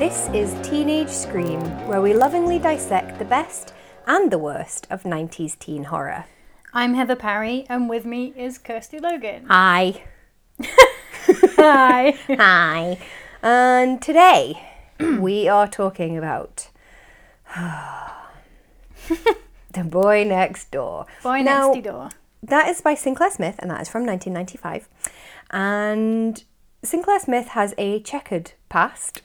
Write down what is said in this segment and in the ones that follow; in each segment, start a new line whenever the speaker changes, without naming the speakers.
This is Teenage Scream, where we lovingly dissect the best and the worst of 90s teen horror.
I'm Heather Parry, and with me is Kirsty Logan.
Hi.
Hi.
Hi. And today we are talking about The Boy Next Door.
Boy
Now,
next door.
That is by Sinclair Smith, and that is from 1995. And Sinclair Smith has a checkered past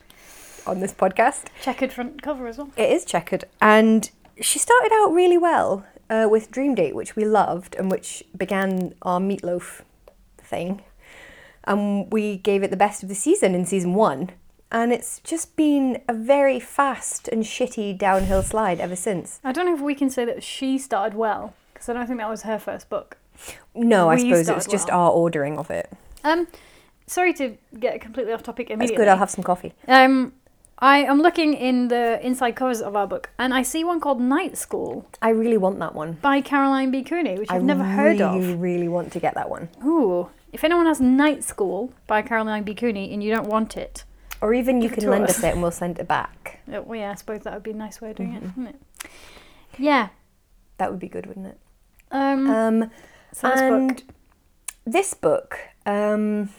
on this podcast.
Checkered front cover as well.
It is checkered, and she started out really well uh, with Dream Date, which we loved, and which began our meatloaf thing. And we gave it the best of the season in season one, and it's just been a very fast and shitty downhill slide ever since.
I don't know if we can say that she started well, because I don't think that was her first book.
No, I
We
suppose
started
it's just
well.
our ordering of it.
Um, sorry to get completely off topic
It's
immediately.
good. I'll have some coffee.
Um, I am looking in the inside covers of our book, and I see one called Night School
I really want that one.
by Caroline B. Cooney, which I've
I
never heard of.
Really, really want to get that one,
Ooh. If anyone has Night School by Caroline B. Cooney and you don't want it,
or even you
Give it
can
to
lend
us.
us it and we'll send it back.
uh, well, yeah, I suppose that would be a nice way of doing
Mm-hmm.
it, wouldn't it? Yeah.
That would be good, wouldn't it?
Um,
Um,
so this
and
book.
this book, um,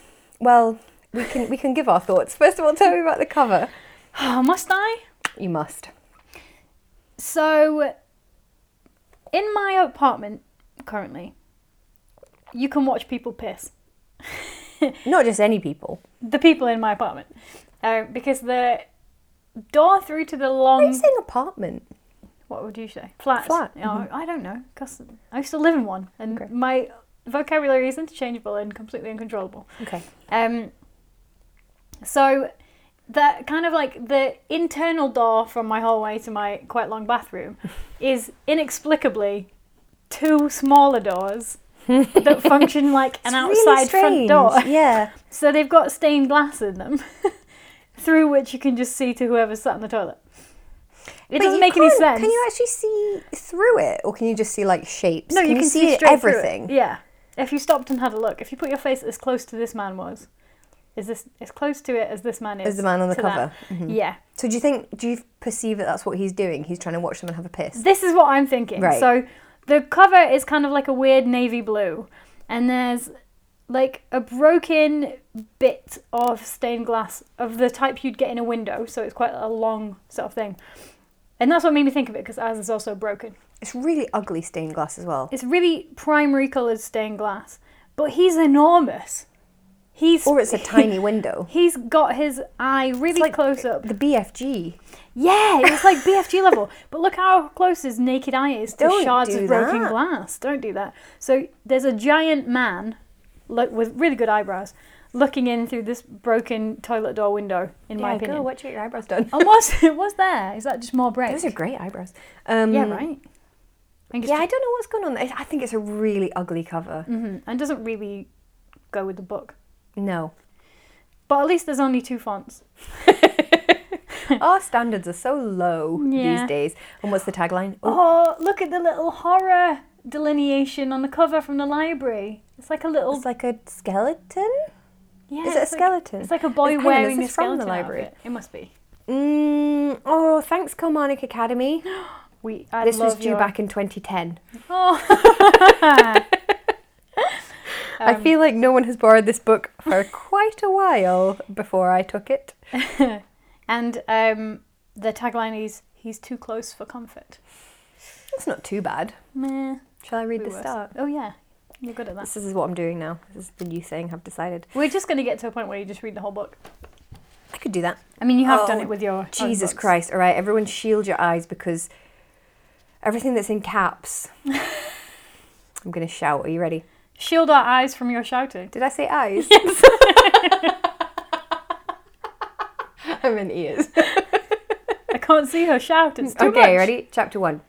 well, we can we can give our thoughts. First of all, tell me about the cover.
Oh, must I?
You must.
So, in my apartment currently, you can watch people piss.
Not just any people.
The people in my apartment, uh, because the door through to the
Why are you
long.
saying apartment?
What would you say? Flat.
Flat,
Oh, I don't know. Cause I used to live in one, and
Okay.
my vocabulary is interchangeable and completely uncontrollable.
Okay.
Um, so that kind of like the internal door from my hallway to my quite long bathroom is inexplicably two smaller doors that function like an outside front door.
Yeah.
So they've got stained glass in them through which you can just see to whoever's sat in the toilet.
But
It doesn't
you
make any
can't-
sense.
Can you actually see through it, or can you just see like shapes?
no, you can, see, straight through it.
everything.
Yeah. If you stopped and had a look, if you put your face as close to this man was, is this as close to it as this man is?
As the man on the
to that.
cover. Mm-hmm.
Yeah.
So do you think? Do you perceive that that's what he's doing? He's trying to watch someone have a piss.
This is what I'm thinking.
Right.
So the cover is kind of like a weird navy blue, and there's like a broken bit of stained glass of the type you'd get in a window, so it's quite a long sort of thing. And that's what made me think of it because ours is also broken.
It's really ugly stained glass as well.
It's really primary coloured stained glass, but he's enormous. He's
Or it's a tiny window.
he's got his eye really
like-
close up.
The BFG.
Yeah, it's like BFG level. But look how close his naked eye is to
Don't
shards
do
of broken
that.
glass. Don't do that. So there's a giant man, look with really good eyebrows, looking in through this broken toilet door window. In my opinion,
watch your eyebrows done.
and was it was there? Is that just more break?
Oh, Those are great eyebrows. Um,
yeah, right. I think it's
Yeah, I
just-
don't know what's going on. there. I think it's a really ugly cover.
mhm, and doesn't really go with the book.
No.
But at least there's only two fonts.
Our standards are so low
Yeah.
these days. And what's the tagline? Oh,
Oh, look at the little horror delineation on the cover from the library. It's like a little.
Oh, it's like a skeleton?
oh. yeah,
Is it a
it's like-
skeleton?
It's like a boy
Hang on, this
wearing
is
a
from
skeleton
the library.
outfit. It must be.
Mm, oh, thanks, Kilmarnock Academy.
We. I
this was
love
due
your-
back in 2010.
Oh, Um,
I feel like no one has borrowed this book for quite a while before I took it.
and um, the tagline is "He's too close for comfort."
That's not too bad.
Meh.
Shall I read
we
the
were-
start?
Oh yeah, you're good at that.
This is what I'm doing now. This is the new thing I've decided.
We're just going to get to a point where you just read the whole book.
I could do that.
I mean, you have done
Oh,
it with your own
Jesus
books.
Christ. All right, everyone shield your eyes because everything that's in caps. I'm going to shout. Are you ready?
Shield our eyes from your shouting.
Did I say eyes? I'm in ears.
I can't see her shout. It's too
okay,
much.
ready? Chapter one.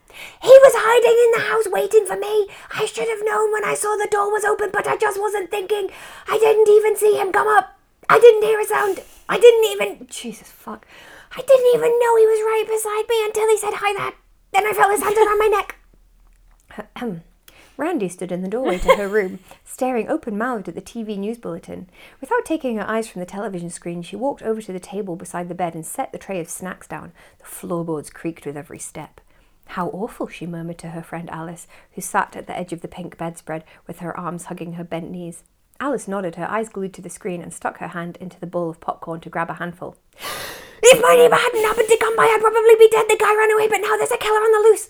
He was hiding in the house waiting for me. I should have known when I saw the door was open, but I just wasn't thinking. I didn't even see him come up. I didn't hear a sound. I didn't even. Jesus fuck. I didn't even know he was right beside me until he said hi there. Then I felt his hand around my neck. Ahem. Randy stood in the doorway to her room, staring open mouthed at the TV news bulletin. Without taking her eyes from the television screen, she walked over to the table beside the bed and set the tray of snacks down. The floorboards creaked with every step. How awful, she murmured to her friend Alice, who sat at the edge of the pink bedspread with her arms hugging her bent knees. Alice nodded, her eyes glued to the screen, and stuck her hand into the bowl of popcorn to grab a handful. If my neighbour hadn't happened to come by, I'd probably be dead. The guy ran away, but now there's a killer on the loose.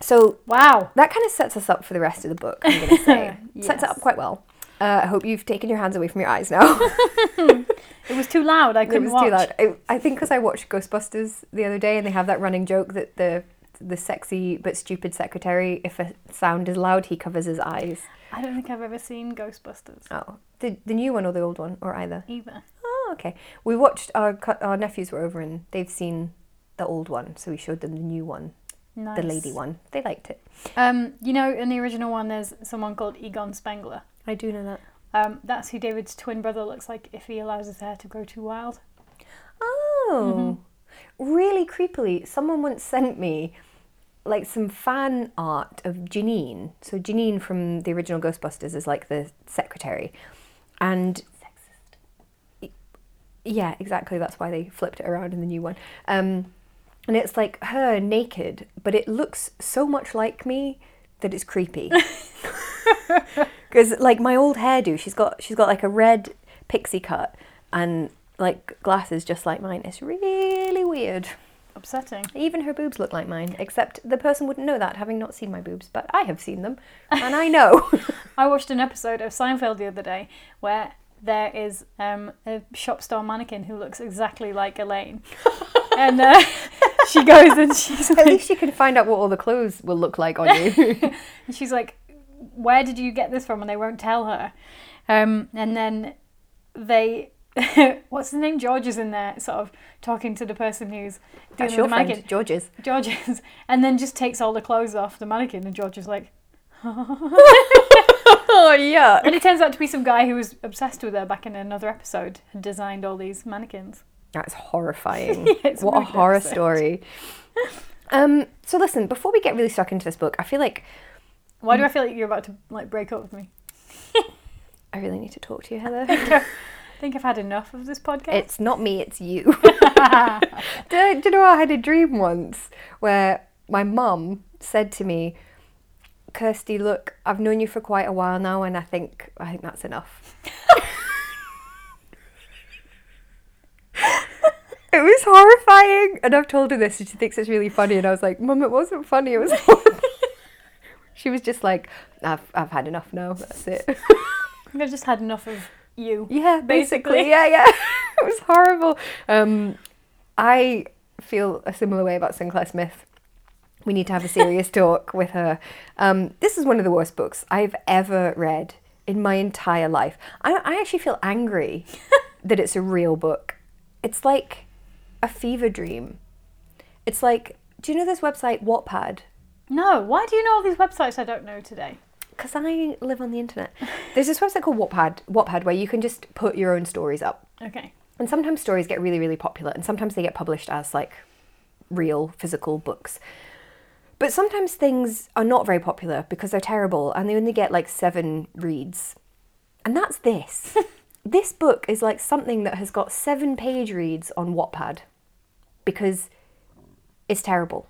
So
Wow.
that kind of sets us up for the rest of the book, I'm going to say. Sets it up quite well. Uh, I hope you've taken your hands away from your eyes now.
It was too loud. I
it
couldn't
was
watch.
too loud. I, I think because I watched Ghostbusters the other day and they have that running joke that the the sexy but stupid secretary, if a sound is loud, he covers his eyes.
I don't think I've ever seen Ghostbusters
Oh, the, the new one or the old one or either.
either.
Oh, okay. We watched our cu- our nephews were over and they've seen the old one, so we showed them the new one,
Nice.
the lady one. They liked it.
Um, you know, in the original one, there's someone called Egon Spengler.
I do know that.
Um, that's who David's twin brother looks like if he allows his hair to grow too wild.
Oh, really creepily. Someone once sent me like some fan art of Janine. So Janine from the original Ghostbusters is like the secretary, and yeah, exactly. That's why they flipped it around in the new one. Um, and it's like her naked, but it looks so much like me that it's creepy. Because like my old hairdo, she's got she's got like a red pixie cut and like glasses just like mine. It's really weird.
Upsetting.
Even her boobs look like mine, except the person wouldn't know that having not seen my boobs, but I have seen them and I know.
I watched an episode of Seinfeld the other day where there is um, a shop store mannequin who looks exactly like Elaine. and uh, she goes and she's
At
like,
least you can find out what all the clothes will look like on you.
and she's like, Where did you get this from? And they won't tell her. Um, and then they. What's his name? George is in there, sort of talking to the person who's doing
That's
the
your
mannequin.
friend, George's.
George's, and then just takes all the clothes off the mannequin, and George is like,
Oh yeah.
and it turns out to be some guy who was obsessed with her back in another episode, had designed all these mannequins.
That's horrifying.
it's
what a
really
horror
upsetting.
story. Um, so listen, before we get really stuck into this book, I feel like
Why do I feel like you're about to like break up with me?
I really need to talk to you, Heather.
I think I've had enough of this podcast.
It's not me, it's you. do, you- do you know I had a dream once where my mum said to me, Kirsty, look, I've known you for quite a while now and I think I think that's enough. it was horrifying and I've told her this and she thinks it's really funny and I was like, Mum, it wasn't funny, it was horrible." She was just like, I've I've had enough now, that's it.
I think I've just had enough of you.
Yeah, basically.
basically.
Yeah, yeah. it was horrible. Um, I feel a similar way about Sinclair Smith. We need to have a serious talk with her. Um, this is one of the worst books I've ever read in my entire life. I, I actually feel angry that it's a real book. It's like a fever dream. It's like, do you know this website, Wattpad?
No, why do you know all these websites I don't know today?
Because I live on the internet. There's this website called Wattpad, Wattpad where you can just put your own stories up.
Okay.
And sometimes stories get really, really popular, and sometimes they get published as like real physical books. But sometimes things are not very popular because they're terrible and they only get like seven reads. And that's this. this book is like something that has got seven page reads on Wattpad because it's terrible.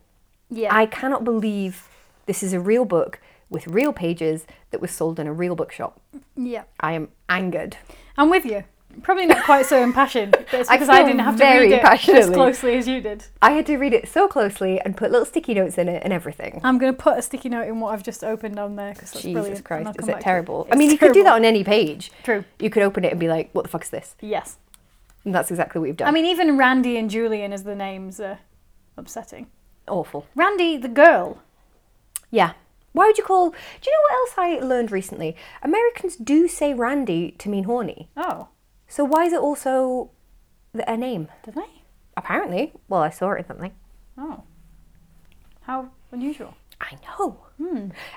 Yeah.
I cannot believe this is a real book with real pages that was sold in a real bookshop.
yeah.
I am angered.
I'm with you. Probably not quite so impassioned, but it's
I
because I,
feel
didn't have to
very
read it as
passionately.
closely as you did.
I had to read it so closely and put little sticky notes in it and everything.
I'm going to put a sticky note in what I've just opened on there because that's
Jesus
brilliant. and I'll
Christ,
come
is
back
it
to
terrible? I
It's
mean, you could do
terrible.
that on any page.
True.
You could open it and be like, what the fuck is this?
Yes.
And that's exactly what you've done.
I mean, even Randy and Julian as the names are upsetting.
awful.
Randy, the girl.
Yeah. Why would you call. Do you know what else I learned recently? Americans do say Randy to mean horny.
Oh,
So why is it also th- a name?
did they?
Apparently. Well, I saw it in something.
Oh. How unusual.
I know.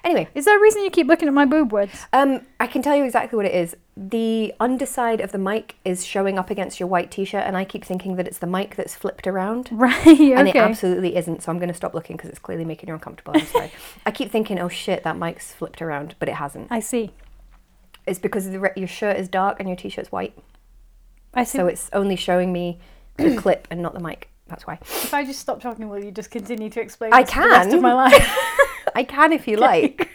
Anyway,
Is there a reason you keep looking at my boob words?
um, I can tell you exactly what it is. The underside of the mic is showing up against your white t-shirt, and I keep thinking that it's the mic that's flipped around.
Right. Okay.
And it absolutely isn't, so I'm going to stop looking because it's clearly making you uncomfortable. I'm sorry. I keep thinking, oh shit, that mic's flipped around, but it hasn't.
I see.
It's because the re- your shirt is dark and your t shirt's white.
I see.
So it's only showing me the clip and not the mic. That's why.
if I just stop talking, will you just continue to explain?
I
this for the rest
can.
of my life.
I can if you like.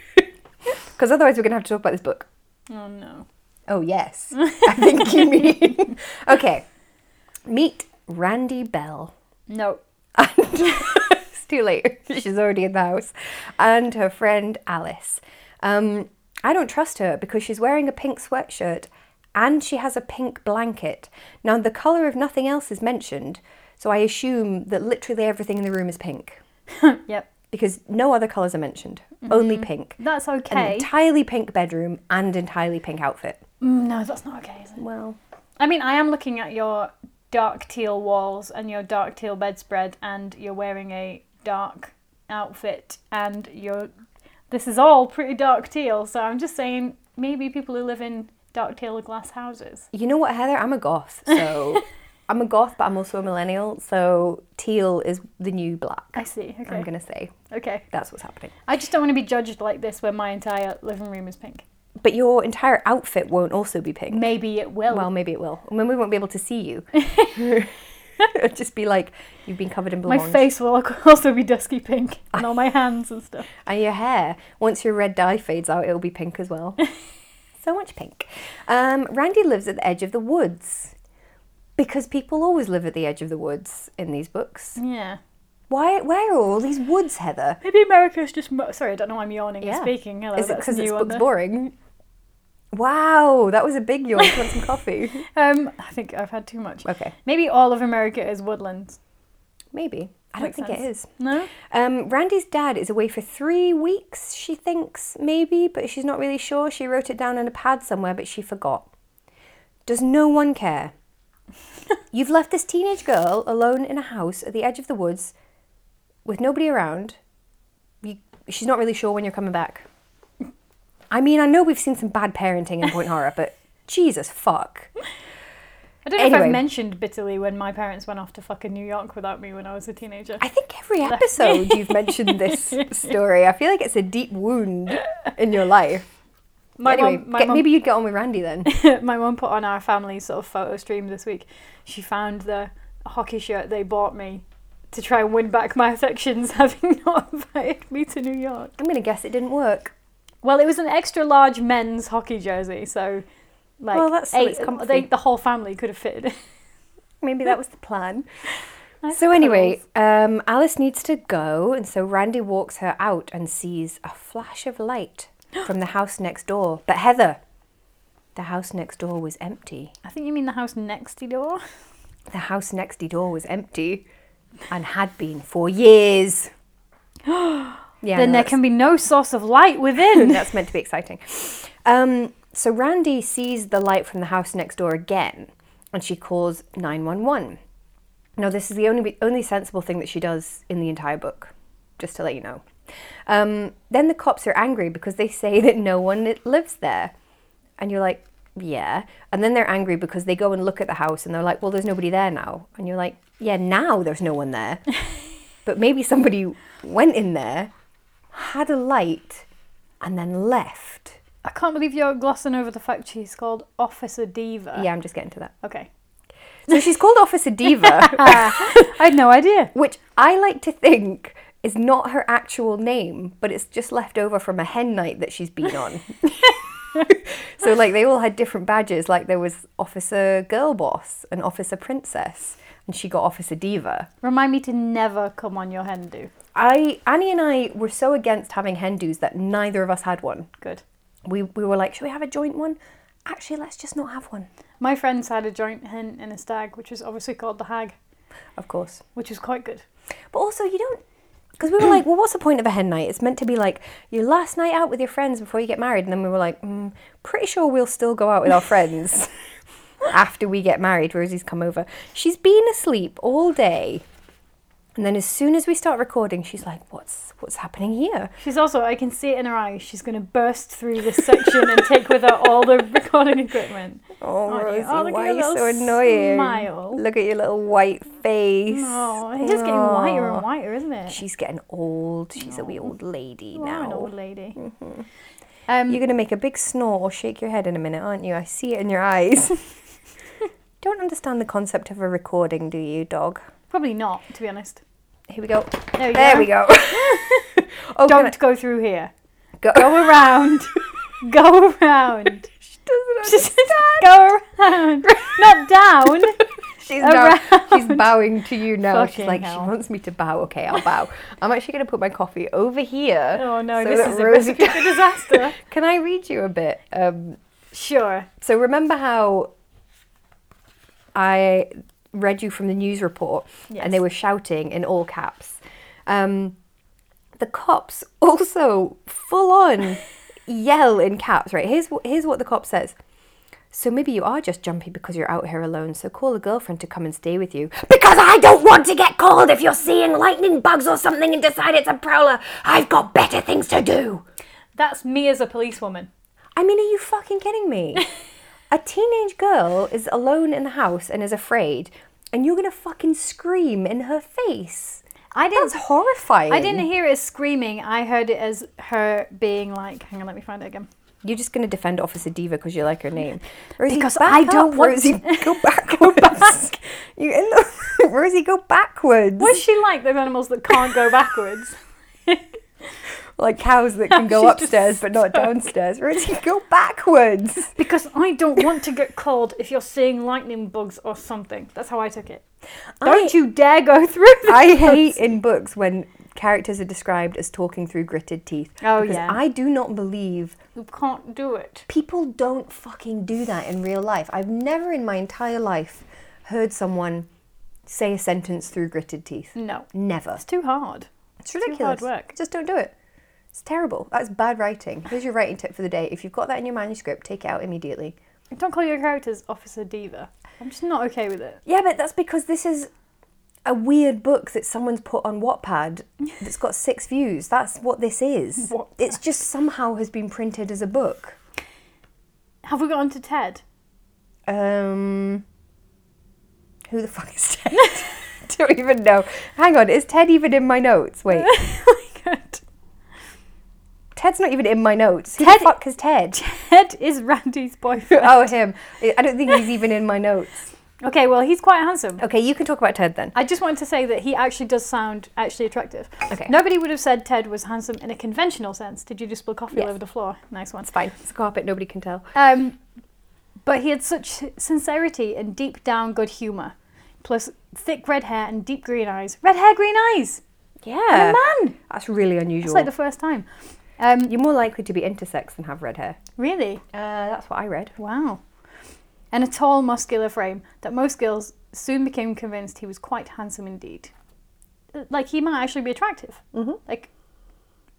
Because otherwise, we're going to have to talk about this book.
oh no.
Oh, yes. I think you mean. okay. Meet Randy Bell.
No.
And it's too late. She's already in the house. And her friend Alice. Um, I don't trust her because she's wearing a pink sweatshirt and she has a pink blanket. Now, the colour of nothing else is mentioned, so I assume that literally everything in the room is pink
Yep.
because no other colours are mentioned, only pink.
That's
An
okay.
entirely pink bedroom and entirely pink outfit.
Mm, no, that's not okay, is it?
Well,
I mean, I am looking at your dark teal walls and your dark teal bedspread, and you're wearing a dark outfit, and you're. This is all pretty dark teal, so I'm just saying maybe people who live in dark teal glass houses.
you know what, Heather? I'm a goth, so I'm a goth, but I'm also a millennial, so teal is the new black.
I see. Okay.
I'm going to say
Okay.
that's what's happening.
I just don't want to be judged like this where my entire living room is pink.
But your entire outfit won't also be pink.
Maybe it will.
Well, maybe it will. I mean, we won't be able to see you. It'll just be like you've been covered in
my
blonde.
face will also be dusky pink, and all my hands and stuff.
And your hair, once your red dye fades out, it'll be pink as well. so much pink. Um, Randy lives at the edge of the woods because people always live at the edge of the woods in these books.
Yeah.
Why? Where are all these woods, Heather?
Maybe America's just. Mo- Sorry, I don't know why I'm yawning
Yeah.
and speaking. Hello,
Is it
that's
because
new
this
on
book's
the-
boring? Wow, that was a big yawn. Do you want some coffee?
Um, I think I've had too much.
Okay,
Maybe all of America is woodlands.
maybe. I don't
Makes
think it is.
No?
Um, Randy's dad is away for three weeks, she thinks, maybe, but she's not really sure. She wrote it down in a pad somewhere, but she forgot. Does no one care? You've left this teenage girl alone in a house at the edge of the woods with nobody around. You, she's not really sure when you're coming back. I mean, I know we've seen some bad parenting in Point Horror, but Jesus fuck.
I don't know if
Anyway.
I've mentioned bitterly when my parents went off to fucking New York without me when I was a teenager.
I think every episode you've mentioned this story. I feel like it's a deep wound in your life.
My
anyway,
mum- my
get-
mum-
maybe you'd get on with Randy then.
my mum put on our family sort of photo stream this week. She found the hockey shirt they bought me to try and win back my affections, having not invited me to New York.
I'm gonna guess it didn't work.
Well, it was an extra large men's hockey jersey, so like
Well, that's-
eight,
it's comfy.
they, the whole family could have fitted. in.
Maybe that was the plan.
I
so anyway,
suppose.
um, Alice needs to go, and so Randy walks her out and sees a flash of light from the house next door. But Heather, the house next door was empty.
I think you mean the house next door.
The house next door was empty, and had been for years. yeah,
then
no,
there
that's-
can be no source of light within.
That's meant to be exciting. Um, so Randy sees the light from the house next door again, and she calls 911. Now, this is the only only sensible thing that she does in the entire book, just to let you know. Um, then the cops are angry because they say that no one lives there, and you're like, yeah. And then they're angry because they go and look at the house and they're like, well, there's nobody there now, and you're like, yeah, now there's no one there, but maybe somebody went in there, had a light, and then left.
I can't believe you're glossing over the fact she's called Officer Diva.
Yeah, I'm just getting to that.
Okay.
So she's called Officer Diva,
I had no idea.
which I like to think is not her actual name, but it's just left over from a hen night that she's been on. so like they all had different badges. Like there was Officer Girl Boss and Officer Princess, and she got Officer Diva.
Remind me to never come on your hen do.
I Annie and I were so against having hen dos that neither of us had one.
Good.
We we were like, should we have a joint one? Actually, let's just not have one.
My friends had a joint hen and a stag, which was obviously called the hag,
Of course.
which was quite good.
But also, you don't. Because we were like, well, what's the point of a hen night? It's meant to be like your last night out with your friends before you get married. And then we were like, mm, pretty sure we'll still go out with our friends after we get married. Rosie's come over. She's been asleep all day. And then as soon as we start recording, she's like, "What's what's happening here?"
She's also, I can see it in her eyes, she's going to burst through this section and take with her all the recording equipment.
Oh,
Aren't you?
Rosie,
Oh, look at
why are
your
you so
little
annoying?
smile.
Look at your little white face.
Oh, it's just getting whiter Oh.
Aw.
and whiter, isn't it?
She's getting old. She's a wee old lady
You are an
now.
old lady. Um,
You're gonna make a big snore or shake your head in a minute, aren't you? I see it in your eyes. Don't understand the concept of a recording, do you, dog?
Probably not, to be honest.
Here we go.
There you
There
go.
we go. oh, can I-
Don't go through here.
go.
Go around. go around.
She doesn't
Just go around. Not down.
She's now, she's
around.
bowing to you now.
Fucking
she's like,
hell.
she wants me to bow. Okay, I'll bow. I'm actually going to put my coffee over here.
Oh no,
so
this
that
is
Rosie-
a recipe for disaster.
Can I read you a bit? Um,
Sure.
so remember how I read you from the news report and they
Yes.
were shouting in all caps. Um, the cops also full on yell in caps, right? Here's, wh- here's what the cop says. So maybe you are just jumpy because you're out here alone, so call a girlfriend to come and stay with you. Because I don't want to get called if you're seeing lightning bugs or something and decide it's a prowler. I've got better things to do.
That's me as a policewoman.
I mean, are you fucking kidding me? a teenage girl is alone in the house and is afraid, and you're gonna fucking scream in her face.
I
That's horrifying.
I didn't hear it as screaming. I heard it as her being like, "Hang on, let me find it again."
You're just gonna defend Officer Diva because you like her name. Rosie,
Because
back
I don't
up,
want-
Rosie. Go back. go back. You in the- Rosie, go backwards.
Was she like those animals that can't go backwards?
like cows that can go
She's just
upstairs but not downstairs. Rosie, go backwards.
Because I don't want to get called if you're seeing lightning bugs or something. That's how I took it. Don't you dare go through this.
I hate in books when characters are described as talking through gritted teeth.
Oh,
because
yeah.
I do not believe
You can't do it.
people don't fucking do that in real life. I've never in my entire life heard someone say a sentence through gritted teeth.
No,
Never.
it's too hard.
It's
hard
ridiculous.
work.
Just don't do it. It's terrible. That's bad writing. Here's your writing tip for the day. If you've got that in your manuscript, take it out immediately.
Don't call your characters Officer Diva. I'm just not okay with it.
Yeah, but that's because this is a weird book that someone's put on Wattpad that's got six views. That's what this is.
Wattpad.
It's just somehow has been printed as a book.
Have we gotten to Ted?
Um, who the fuck is Ted? Don't even know. Hang on, is Ted even in my notes? Wait,
oh my god.
Ted's not even in my notes. Who
Ted-
the fuck is Ted?
Ted is Randy's boyfriend.
oh, him. I I don't think he's even in my notes.
Okay, well, he's quite handsome.
Okay, you can talk about Ted then.
I just wanted to say that he actually does sound actually attractive.
Okay.
Nobody would have said Ted was handsome in a conventional sense. Did you just spill coffee
Yes.
all over the floor? Nice one.
It's fine. It's a carpet. Nobody can tell.
Um, but he had such sincerity and deep down good humour, plus thick red hair and deep green eyes. Red hair, green eyes.
Yeah,
Man,
that's really unusual.
it's like the first time. Um,
You're more likely to be intersex than have red hair.
really?
Uh, that's what I read.
Wow. And a tall, muscular frame that most girls soon became convinced he was quite handsome indeed. Like he might actually be attractive. Mm-hmm. Like,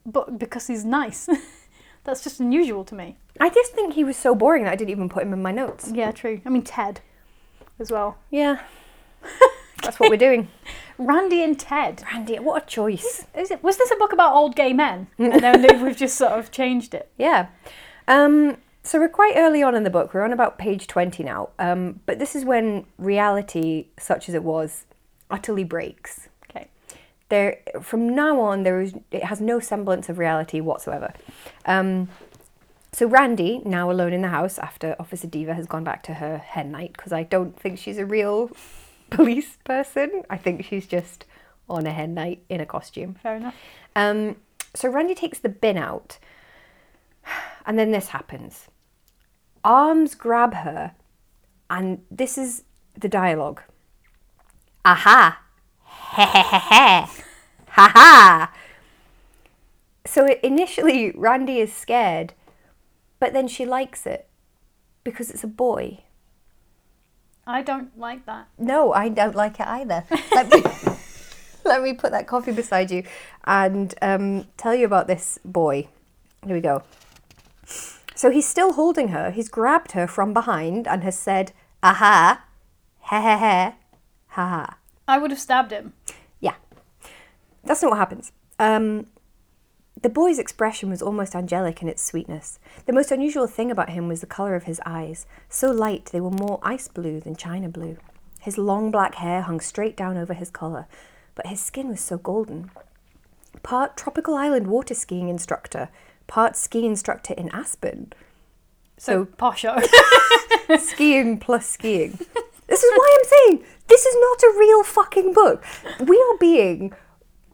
but because he's nice, that's just unusual to me.
I just think he was so boring that I didn't even put him in my notes.
Yeah, true. I mean Ted, as well.
Yeah. That's what we're doing.
Randy and Ted.
Randy, what a choice.
Is it, was this a book about old gay men? And then they- we've just sort of changed it.
Yeah. Um, so we're quite early on in the book. We're on about page 20 now. Um, but this is when reality, such as it was, utterly breaks.
Okay.
There, from now on, there is, it has no semblance of reality whatsoever. Um, so Randy, now alone in the house after Officer Diva has gone back to her hen night, because I don't think she's a real police person. I think she's just on a hen night in a costume.
Fair enough.
Um, so Randy takes the bin out, and then this happens. Arms grab her, and this is the dialogue. Aha! He he he he! Ha ha! So i- initially, Randy is scared, but then she likes it because it's a boy.
I don't like that.
No, I don't like it either. Let me, let me put that coffee beside you and um, tell you about this boy. Here we go. So he's still holding her. He's grabbed her from behind and has said, aha, he he he, ha ha.
I would have stabbed him.
Yeah. That's not what happens. Um, the boy's expression was almost angelic in its sweetness. The most unusual thing about him was the colour of his eyes, so light they were more ice blue than china blue. His long black hair hung straight down over his collar, but his skin was so golden. Part tropical island water skiing instructor, part ski instructor in Aspen.
So, posho.
skiing plus skiing. This is why I'm saying this is not a real fucking book. We are being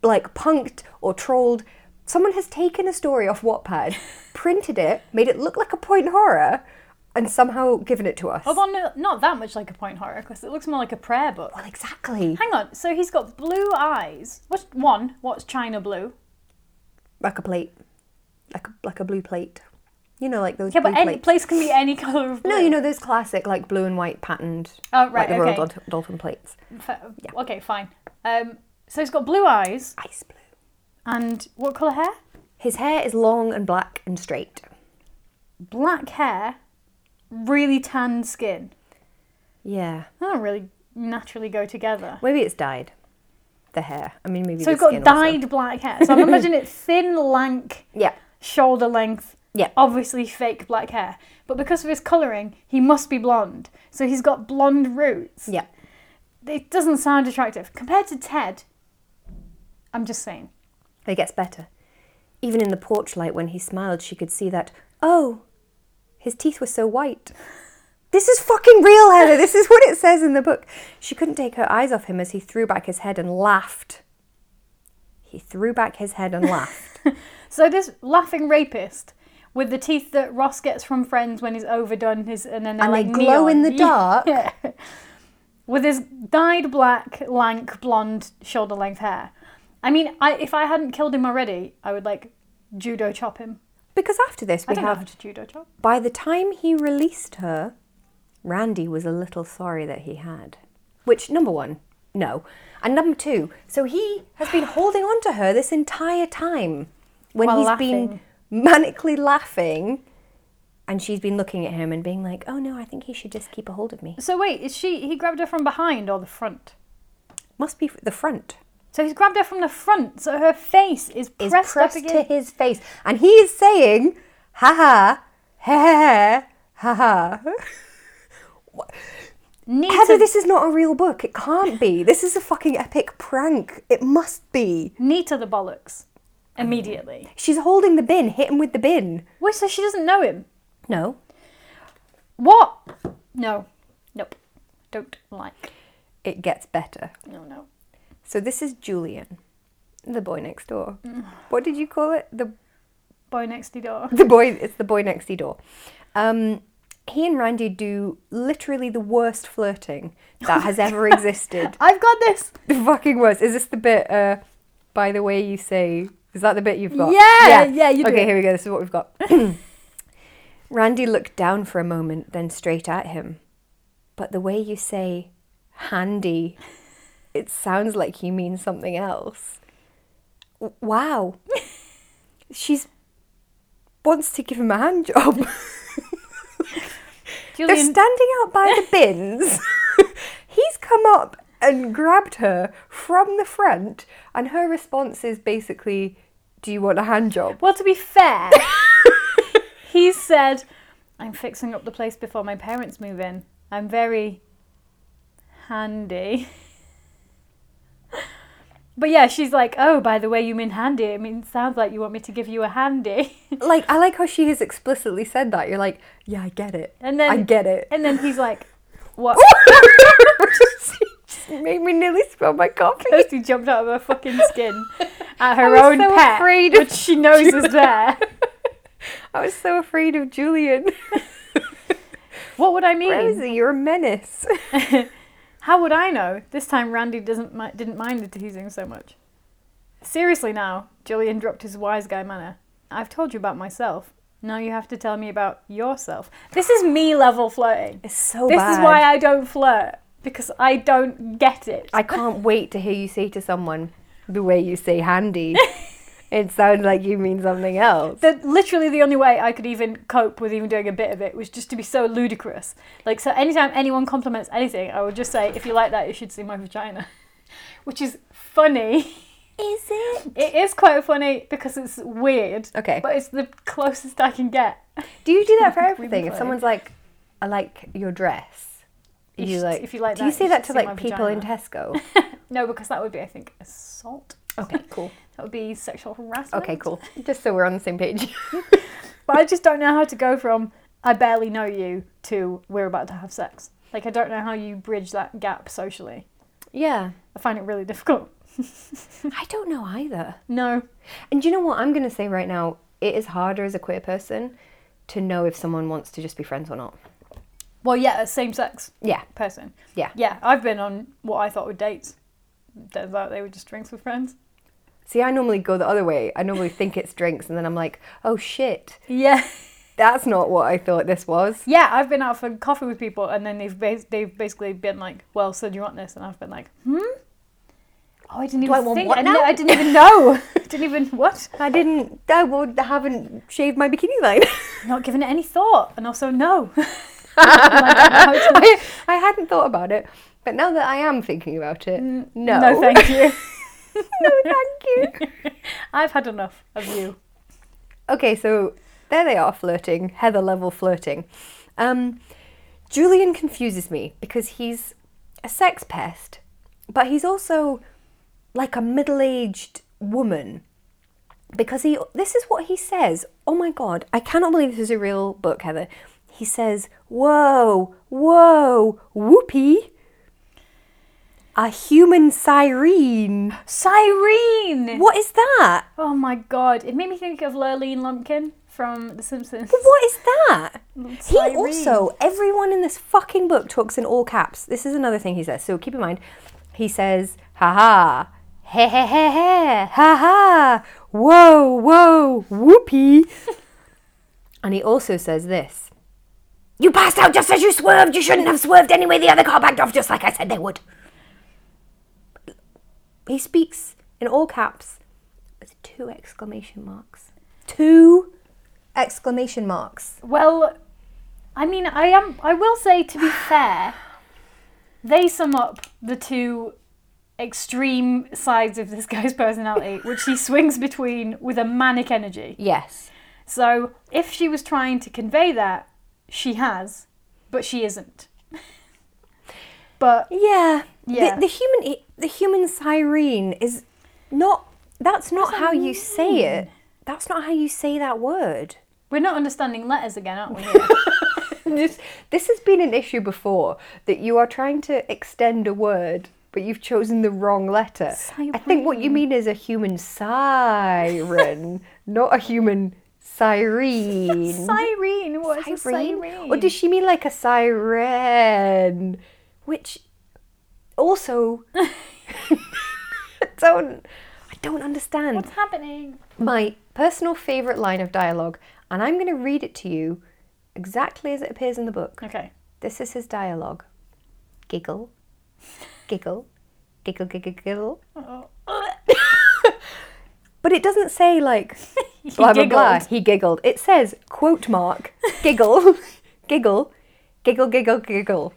like punked or trolled. Someone has taken a story off Wattpad, printed it, made it look like a point horror, and somehow given it to us.
Although no- not that much like a point horror, because it looks more like a prayer book.
Well, exactly.
Hang on, so he's got blue eyes. What's one? What's China blue?
Like a plate, like a, like a blue plate. You know, like those.
Yeah, but
blue
any
plates.
place can be any color of blue.
No, you know those classic like blue and white patterned,
Oh,
like
right,
the Royal
okay.
Dal- Dalton plates.
Fa- Okay, fine. Um, so he's got blue eyes
Ice blue.
and what color hair?
His hair is long and black and straight.
Black hair, really tan skin.
Yeah,
They don't really naturally go together.
maybe it's dyed. The hair. I mean, maybe. the
So he's got
skin also.
dyed black hair. So I'm imagining it thin, lank,
Yeah.
shoulder length.
Yeah.
Obviously fake black hair. But because of his colouring, he must be blonde. So he's got blonde roots.
Yeah.
It doesn't sound attractive. Compared to Ted, I'm just saying.
It gets better. Even in the porch light when he smiled, she could see that, oh, his teeth were so white. This is fucking real, Heather. This is what it says in the book. She couldn't take her eyes off him as he threw back his head and laughed. He threw back his head and laughed.
So this laughing rapist with the teeth that Ross gets from friends when he's overdone his and then they're
And they
like
glow in the
neon.
dark.
Yeah. with his dyed black, lank, blonde, shoulder length hair. I mean, I, if I hadn't killed him already, I would like judo chop him.
Because after this,
I
we
don't know
have
how to judo chop.
By the time he released her, Randy was a little sorry that he had. Which, number one, no. And number two, so he has been holding on to her this entire time when he's
While
been manically laughing. And she's been looking at him and being like, oh no, I think he should just keep a hold of me.
So wait, is she? He grabbed her from behind or the front?
Must be f- the front.
So he's grabbed her from the front, so her face is
Is
pressed,
pressed,
up
to
against.
his face. And he is saying, ha ha, ha ha, ha ha.
Need
Heather,
to,
this is not a real book. It can't be. This is a fucking epic prank. It must be.
knee to the bollocks, immediately.
She's holding the bin. Hit him with the bin.
Wait, so she doesn't know him?
No.
What? No. Nope. Don't like.
It gets better.
No, no.
So this is Julian, the boy next door. What did you call it? The
Boy next door.
the boy. It's the boy next door. Um, he and Randy do literally the worst flirting that has ever existed.
I've got this.
The fucking worst. Is this the bit? Uh, by the way, you say. Is that the bit you've got?
Yeah, yeah, you do
Okay,
it.
here we go. This is what we've got. Randy looked down for a moment, then straight at him. But the way you say "handy," it sounds like you mean something else. W- Wow. She's wants to give him a hand job. They're
Julian.
standing out by the bins. He's come up and grabbed her from the front, and her response is basically, "Do you want a hand job?"
well, to be fair, he said, I'm fixing up the place before my parents move in. I'm very handy. But yeah, she's like, oh, by the way, you mean handy. I mean, sounds like you want me to give you a handy.
Like I like how she has explicitly said that. You're like, "Yeah, I get it.
And then
I get it."
And then he's like, what?
she just made me nearly spill my coffee.
Kirsty jumped out of her fucking skin at her
was
own
so
pet,
afraid of
which she knows is there.
I was so afraid of Julian.
What would I mean?
Rosie, you're a menace.
How would I know? This time Randy doesn't mi- didn't mind the teasing so much. Seriously now, Julian dropped his wise guy manner. I've told you about myself. Now you have to tell me about yourself. This is me level flirting.
It's so
this
bad.
is why I don't flirt because I don't get it.
I can't wait to hear you say to someone the way you say handy. it sounds like you mean something else.
the literally the only way I could even cope with even doing a bit of it was just to be so ludicrous. Like so, anytime anyone compliments anything, I would just say, "If you like that, you should see my vagina," which is funny
Is it?
It is quite funny because it's weird.
Okay.
But it's the closest I can get.
Do you do that for
We've
everything? If
played.
someone's like, "I like your dress,"
You
you
should-
like.
if you like
do
that,
you say
you
that to
should see
like
my
people in
vagina.
Tesco?
No, because that would be, I think, assault.
okay, cool.
That would be sexual harassment.
Okay, cool. Just so we're on the same page.
But I just don't know how to go from I barely know you to we're about to have sex. Like I don't know how you bridge that gap socially.
yeah,
I find it really difficult.
I don't know either.
No.
And do you know what I'm gonna say right now? It is harder as a queer person to know if someone wants to just be friends or not.
Well, yeah, same sex
Yeah,
person.
yeah.
Yeah, I've been on what I thought were dates. Turns out they were just drinks with friends.
See, I normally go the other way. I normally think it's drinks, and then I'm like, oh shit,
Yeah.
that's not what I thought this was.
Yeah, I've been out for coffee with people, and then they've bas- they've basically been like, "Well, so do you want this?" And I've been like, "Hmm." Oh, I didn't even
I want
think.
what
I, didn't,
now?
I didn't even know. didn't even what?
I didn't. I would, haven't shaved my bikini line.
Not giving it any thought, and also no. Like, I don't know how to-
I, I hadn't thought about it, but now that I am thinking about it, no,
Mm, no, thank you.
no, thank you.
I've had enough of you.
Okay, so there they are flirting, Heather level flirting. Um, Julian confuses me because he's a sex pest, but he's also like a middle-aged woman because he this is what he says. Oh my god, I cannot believe this is a real book, Heather. He says, "Whoa, whoa, whoopee." A human siren.
Cyrene.
What is that?
Oh my god! It made me think of Lurleen Lumpkin from The Simpsons.
What is that? He
Cyrene.
also, everyone in this fucking book talks in all caps. This is another thing he says. So keep in mind, he says, ha ha, he he he he, ha ha, whoa, whoa, whoopee. and he also says this You passed out just as you swerved. You shouldn't have swerved anyway. The other car backed off just like I said they would. He speaks in all caps with two exclamation marks. Two exclamation marks.
Well, I mean, I am. I will say, to be fair, they sum up the two extreme sides of this guy's personality, which he swings between with a manic energy.
Yes.
So, if she was trying to convey that, she has, but she isn't. But
Yeah.
Yeah.
The, the human the human siren is not that's not how you say it. That's not how you say that word.
we're not understanding letters again, aren't we? here?
This this has been an issue before that you are trying to extend a word but you've chosen the wrong letter. I think what you mean is a human siren, not a human siren.
Cyrene, what is
Cyrene?
a cyrene?
Or does she mean like a siren? Which also I don't I don't understand.
What's happening?
My personal favourite line of dialogue, and I'm gonna read it to you exactly as it appears in the book.
Okay.
This is his dialogue. Giggle, giggle, giggle, giggle, giggle. But it doesn't say like
He
blah blah blah.
giggled.
He giggled. It says quote mark giggle, giggle, giggle, giggle, giggle.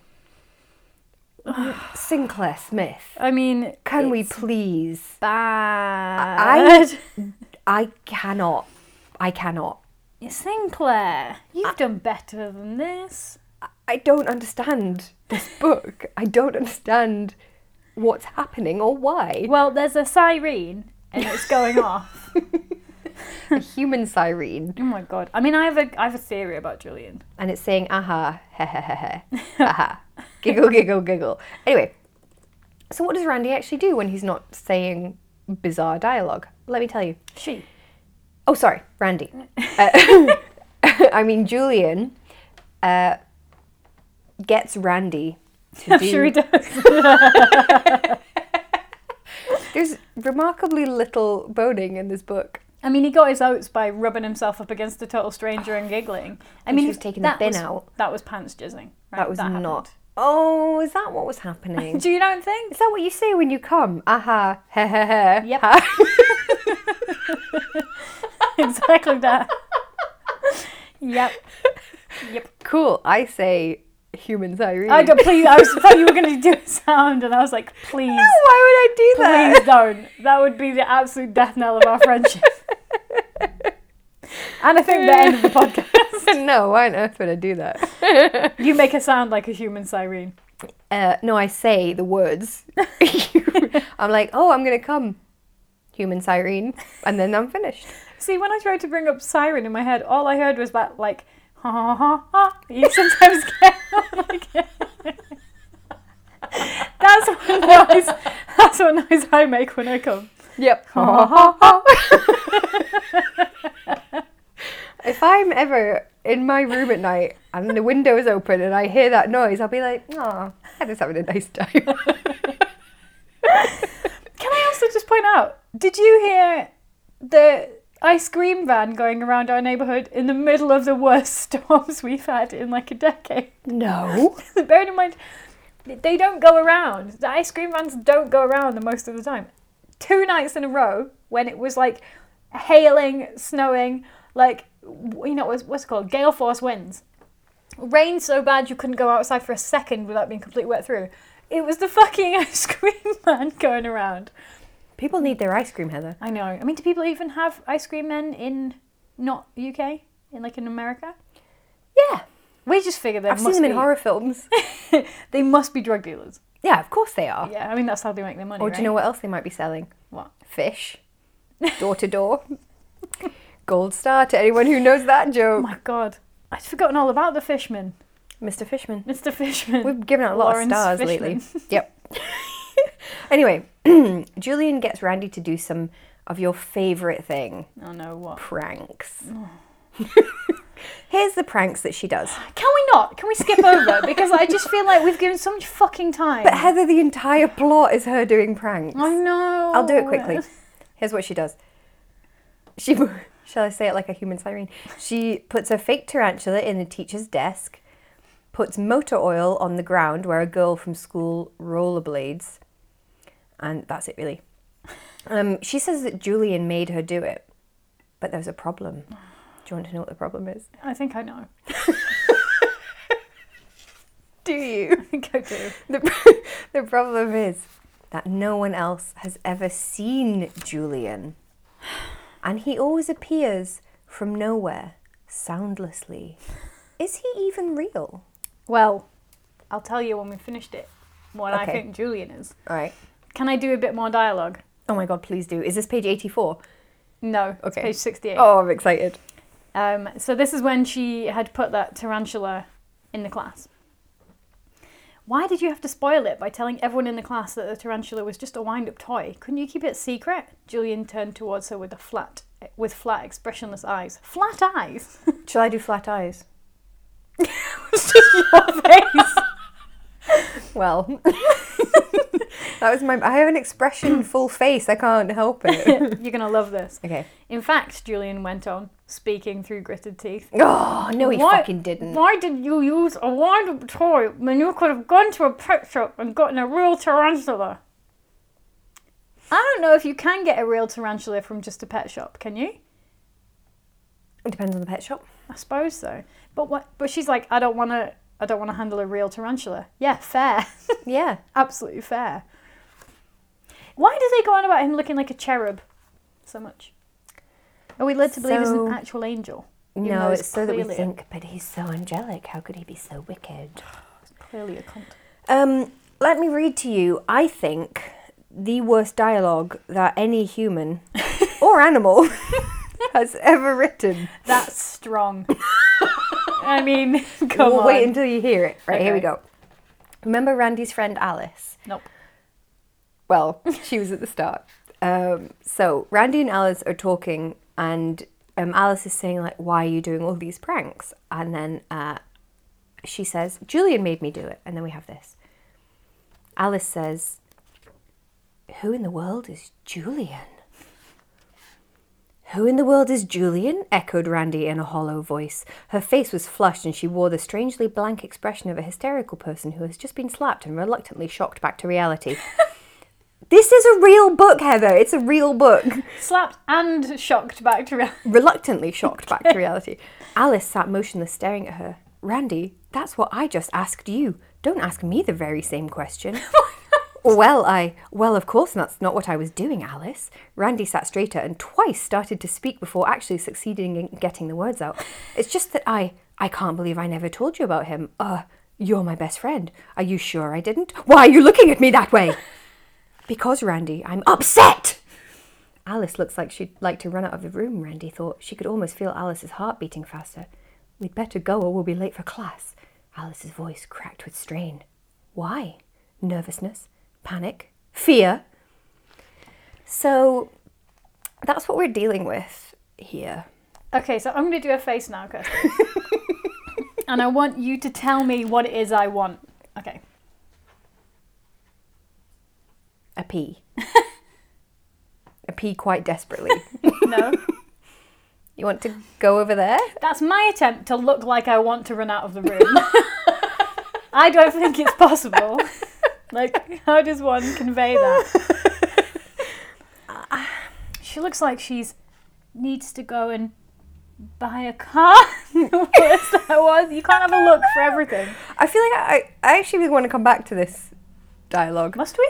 Sinclair Smith,
I mean,
can we please?
bad.
I I cannot. I cannot.
Sinclair,
Ah.
you've done better than this.
I don't understand this book. I don't understand what's happening or why.
Well, there's a siren and it's going off.
A human siren,
Oh my god. I mean, I have a I have a theory about Julian.
and it's saying aha, he he he he, aha, giggle giggle giggle. Anyway, so what does Randy actually do when he's not saying bizarre dialogue? Let me tell you.
She.
Oh, sorry, Randy. Uh, I mean, Julian uh, gets Randy to
I'm
do.
sure he does.
There's remarkably little boning in this book.
I mean, he got his oats by rubbing himself up against a total stranger and giggling. I mean,
she was taking the
that
bin
was-
out.
That was pants jizzing. right?
That was not.
happened.
Oh, is that what was happening?
Do you don't think?
Is that what you say when you come? Aha, he he he.
Yep.
ha.
exactly that. yep.
Cool. I say humans I read.
I don't. Please, I was thought you were going to do a sound, and I was like, please,
Why would I do that?
please don't. That would be the absolute death knell of our friendship. and I think the end of the podcast.
no, why on earth would I do that?
You make a sound like a human siren.
Uh, no, I say the words. I'm like, oh, I'm gonna come, human siren, and then I'm finished.
See, when I tried to bring up siren in my head, all I heard was that like ha ha ha ha. You sometimes get. I'm like- that's what noise. That's what noise I make when I come.
Yep.
Ha ha ha.
if I'm ever in my room at night and the window's open and I hear that noise, I'll be like, oh, I was having a nice time.
Can I also just point out? Did you hear the ice cream van going around our neighbourhood in the middle of the worst storms we've had in like a decade?
no.
Bearing in mind, they don't go around. The ice cream vans don't go around the most of the time. Two nights in a row when it was like hailing, snowing, like w- you know what's what's it called gale force winds. Rain so bad you couldn't go outside for a second without being completely wet through. It was the fucking ice cream man going around.
People need their ice cream, Heather.
I know. I mean, do people even have ice cream men in not UK in like in America?
Yeah.
We just figure they
I've
must
seen them
be
in horror films.
they must be drug dealers.
Yeah, of course they are.
Yeah, I mean that's how they make their money.
Oh. Or do you know what else they might be selling?
What?
Fish. Door to door. Gold star to anyone who knows that
Oh
joke.
my god, I'd forgotten all about the fishman,
Mr. Fishman.
Mr. Fishman.
We've given out a lot
Lawrence
of stars
Fishman.
lately. Yep. anyway, Julian gets Randy to do some of your favourite thing
Oh no, what?
pranks.
Oh.
Here's the pranks that she does.
Can we not? Can we skip over? Because I just feel like we've given so much fucking time.
But Heather, the entire plot is her doing pranks.
I know.
I'll do it quickly. Here's what she does. She shall I say it like a human siren? She puts a fake tarantula in the teacher's desk, puts motor oil on the ground where a girl from school rollerblades, and that's it really. Um, she says that Julian made her do it, but there's a problem. Do you want to know what the problem is?
I think I know.
Do you?
I think I do.
The, pr- the problem is that no one else has ever seen Julian. And he always appears from nowhere, soundlessly. Is he even real?
Well, I'll tell you when we finished it. What I
Okay.
think Julian is.
All right.
Can I do a bit more dialogue?
Oh my god, please do. Is this page 84?
No. It's
Okay.
page 68.
Oh, I'm excited.
Um, so this is when she had put that tarantula in the class. Why did you have to spoil it by telling everyone in the class that the tarantula was just a wind-up toy? Couldn't you keep it secret? Julian turned towards her with a flat, with flat, expressionless eyes. Flat eyes.
Shall I do flat eyes?
It's just your face.
Well, that was my. I have an expression full face. I can't help it.
You're gonna love this.
Okay.
In fact, Julian went on, speaking through gritted teeth.
Oh, no, he
Why-
fucking didn't.
Why did you use a wind-up toy when you could have gone to a pet shop and gotten a real tarantula? I don't know if you can get a real tarantula from just a pet shop, can you?
It depends on the pet shop.
I suppose so. But what? But she's like, I don't want to. I don't want to handle a real tarantula. Yeah, fair.
Yeah.
Absolutely fair. Why do they go on about him looking like a cherub so much? Are we led to believe he's
So-
an actual angel? Even
no,
though he's
it's so that we
clearly a-
think, but he's so angelic. How could he be so wicked?
Clearly a cunt.
Um, let me read to you, I think, the worst dialogue that any human or animal has ever written.
That's strong. I mean, come
we'll
on.
wait until you hear it. Right, here we
Okay.
go. Remember Randy's friend Alice?
Nope.
Well, she was at the start. Um, so Randy and Alice are talking, and um, Alice is saying like, "Why are you doing all these pranks?" And then uh, she says, "Julian made me do it." And then we have this. Alice says, "Who in the world is Julian?" Who in the world is Julian? echoed Randy in a hollow voice. Her face was flushed and she wore the strangely blank expression of a hysterical person who has just been slapped and reluctantly shocked back to reality. this is a real book, Heather. It's a real book.
Slapped and shocked back to reality.
Reluctantly shocked back to reality. Alice sat motionless, staring at her. Randy, that's what I just asked you. Don't ask me the very same question. well, I. Well, of course, that's not what I was doing, Alice. Randy sat straighter and twice started to speak before actually succeeding in getting the words out. It's just that I. I can't believe I never told you about him. Uh, you're my best friend. Are you sure I didn't? Why are you looking at me that way? because, Randy, I'm upset! Alice looks like she'd like to run out of the room, Randy thought. She could almost feel Alice's heart beating faster. We'd better go or we'll be late for class. Alice's voice cracked with strain. Why? Nervousness, panic, fear. So that's what we're dealing with here.
Okay, so I'm going to do a face now, Kirsty. and I want you to tell me what it is I want. Okay.
A pee. a pee quite desperately.
No.
You want to go over there?
That's my attempt to look like I want to run out of the room. I don't think it's possible. Like, how does one convey that? Uh, She looks like she's needs to go and buy a car. the worst that was. You can't have a look for everything.
I feel like I, I actually really want to come back to this dialogue.
Must we?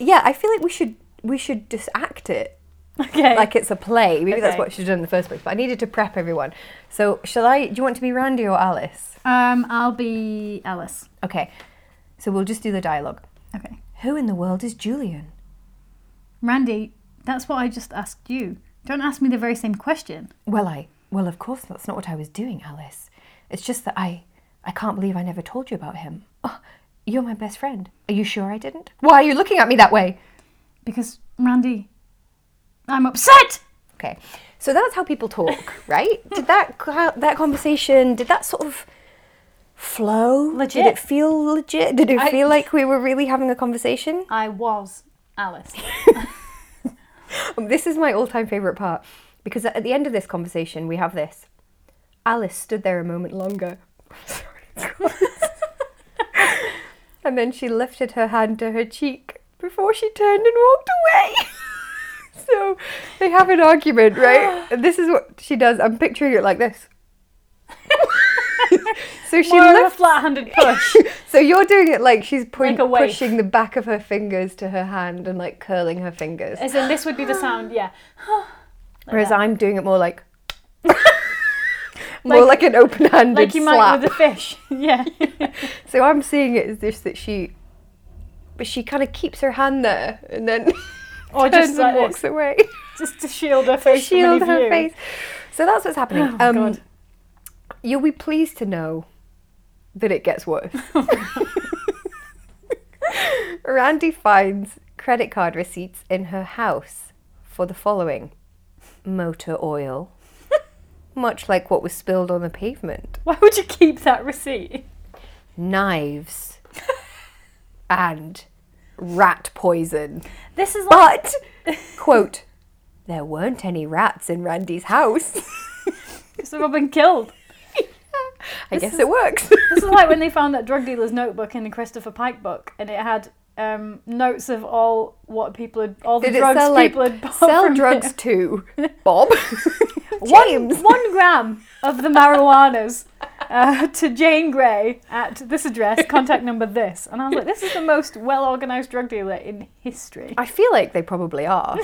Yeah, I feel like we should we should just act it
Okay.
like it's a play. Maybe that's
Okay.
what I should have done in the first place. But I needed to prep everyone. So shall I? Do you want to be Randy or Alice?
um, I'll be Alice.
Okay. So we'll just do the dialogue.
Okay.
Who in the world is Julian?
Randy, that's what I just asked you. Don't ask me the very same question.
Well, I. Well, of course that's not what I was doing, Alice. It's just that I. I can't believe I never told you about him. Oh, you're my best friend. Are you sure I didn't? Why are you looking at me that way?
Because, Randy, I'm upset!
Okay. So that's how people talk, right? did that co- that conversation? Did that sort of flow?
Legit.
Did it feel legit? Did it
I-
feel like we were really having a conversation?
I was Alice.
Um, This is my all-time favorite part because at the end of this conversation we have this. Alice stood there a moment longer. Sorry. and then she lifted her hand to her cheek before she turned and walked away. so they have an argument, right? And this is what she does. I'm picturing it like this. so she
More of a
lifts
flat-handed push.
so you're doing it like she's point,
Like a waif.
pushing the back of her fingers to her hand and like curling her fingers.
As in, this would be the sound, yeah.
Whereas I'm doing it more like more like, an open-handed
Like you might
slap.
with a fish. yeah.
So I'm seeing it as this that she, but she kind of keeps her hand there and then
Or
turns
just
and
like
walks
this,
away,
just to shield her face from
shield
any
her
view.
face. So that's what's happening. Um,
Oh, God.
You'll be pleased to know that it gets worse. Randy finds credit card receipts in her house for the following motor oil, much like what was spilled on the pavement,
Why would you keep that receipt?
knives, and rat poison.
This is like,
But, quote, there weren't any rats in Randy's house.
because they've all been killed.
I guess it works.
This is like when they found that drug dealer's notebook in the Christopher Pike book, and it had um, notes of all what people had, all the
Did it
drugs
sell like
people had bought
sell
from
drugs
him.
to Bob?
One,
James.
one gram of the marijuanas uh, to Jane Grey at this address, contact number this. And I was like, this is the most well organised drug dealer in history.
I feel like they probably are.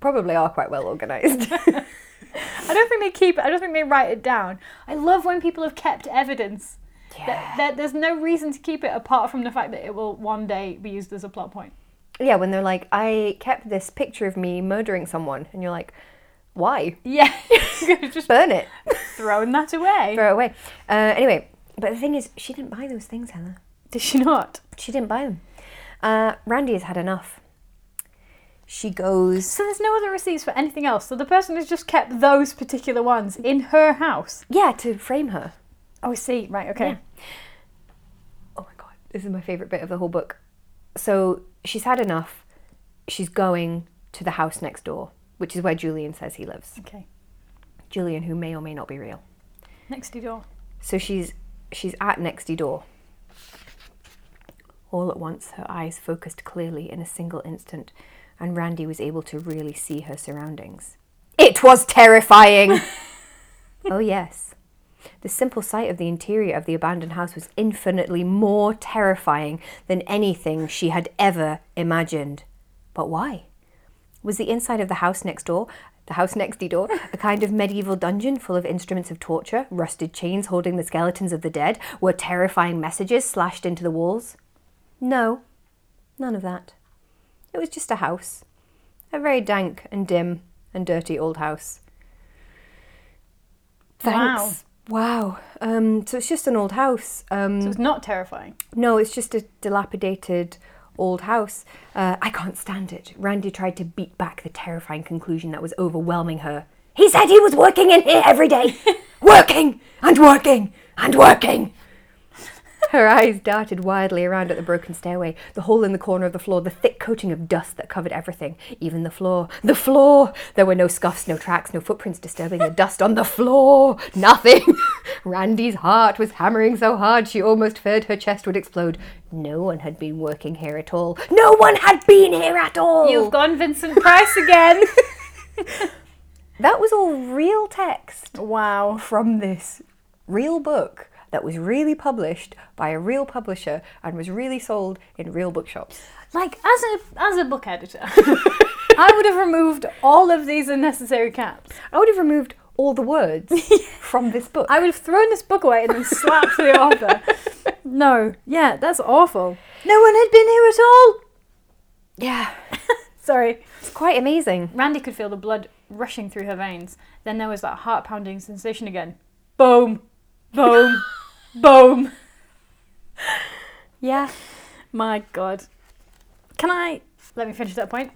probably are quite well organised.
I don't think they keep it, I don't think they write it down. I love when people have kept evidence. That, that there's no reason to keep it apart from the fact that it will one day be used as a plot point.
yeah, when they're like, I kept this picture of me murdering someone, and you're like, why?
Yeah, you could have just
Burn it,
thrown that away.
throw it away. Uh, anyway, but the thing is, she didn't buy those things, Heather.
Did she not?
She didn't buy them. Uh, Randy has had enough. She goes,
So there's no other receipts for anything else. So the person has just kept those particular ones in her house.
yeah, to frame her.
Oh, I see. Right. Okay.
oh my god, this is my favorite bit of the whole book. So she's had enough. She's going to the house next door, which is where Julian says he lives.
Okay.
Julian, who may or may not be real.
Next to your door.
So she's she's at nexty door. All at once, her eyes focused clearly in a single instant, and Randy was able to really see her surroundings. It was terrifying. oh yes, The simple sight of the interior of the abandoned house was infinitely more terrifying than anything she had ever imagined. But why? Was the inside of the house next door, the house next door, a kind of medieval dungeon full of instruments of torture, rusted chains holding the skeletons of the dead? Were terrifying messages slashed into the walls? No, none of that. It was just a house. A very dank and dim and dirty old house. Thanks. Wow. Um, so it's just an old house. Um,
So it's not terrifying.
no, it's just a dilapidated old house. Uh, I can't stand it. Randy tried to beat back the terrifying conclusion that was overwhelming her. He said he was working in here every day. working and working and working. Her eyes darted wildly around at the broken stairway, the hole in the corner of the floor, the thick coating of dust that covered everything, even the floor. The floor! There were no scuffs, no tracks, no footprints disturbing the dust on the floor! Nothing! Randy's heart was hammering so hard she almost feared her chest would explode. No one had been working here at all. No one had been here at all!
You've gone Vincent Price again.
That was all real text.
wow.
from this real book that was really published by a real publisher and was really sold in real bookshops.
Like as a as a book editor, I would have removed all of these unnecessary caps.
I would have removed all the words from this book.
I would have thrown this book away and then slapped the author. No, yeah, that's awful. No one had been here at all.
yeah,
Sorry.
it's quite amazing.
Randy could feel the blood rushing through her veins. Then there was that heart pounding sensation again. Boom, boom, boom.
Yeah.
My God. Can I? Let me finish that point.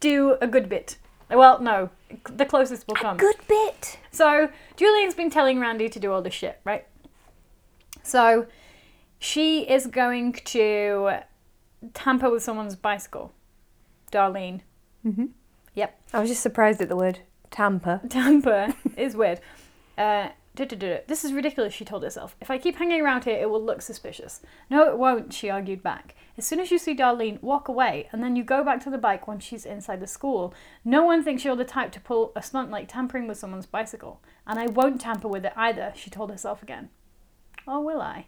Do a good bit. Well, no, the closest will come.
Good bit.
So Julian's been telling Randy to do all this shit, right? So she is going to tamper with someone's bicycle. Darlene. Yep.
I was just surprised at the word tamper.
Tamper is weird. Uh, duh-duh-duh. This is ridiculous, she told herself. If I keep hanging around here, it will look suspicious. No, it won't, she argued back. As soon as you see Darlene, walk away, and then you go back to the bike once she's inside the school. No one thinks you're the type to pull a stunt like tampering with someone's bicycle. And I won't tamper with it either, she told herself again. Or will I?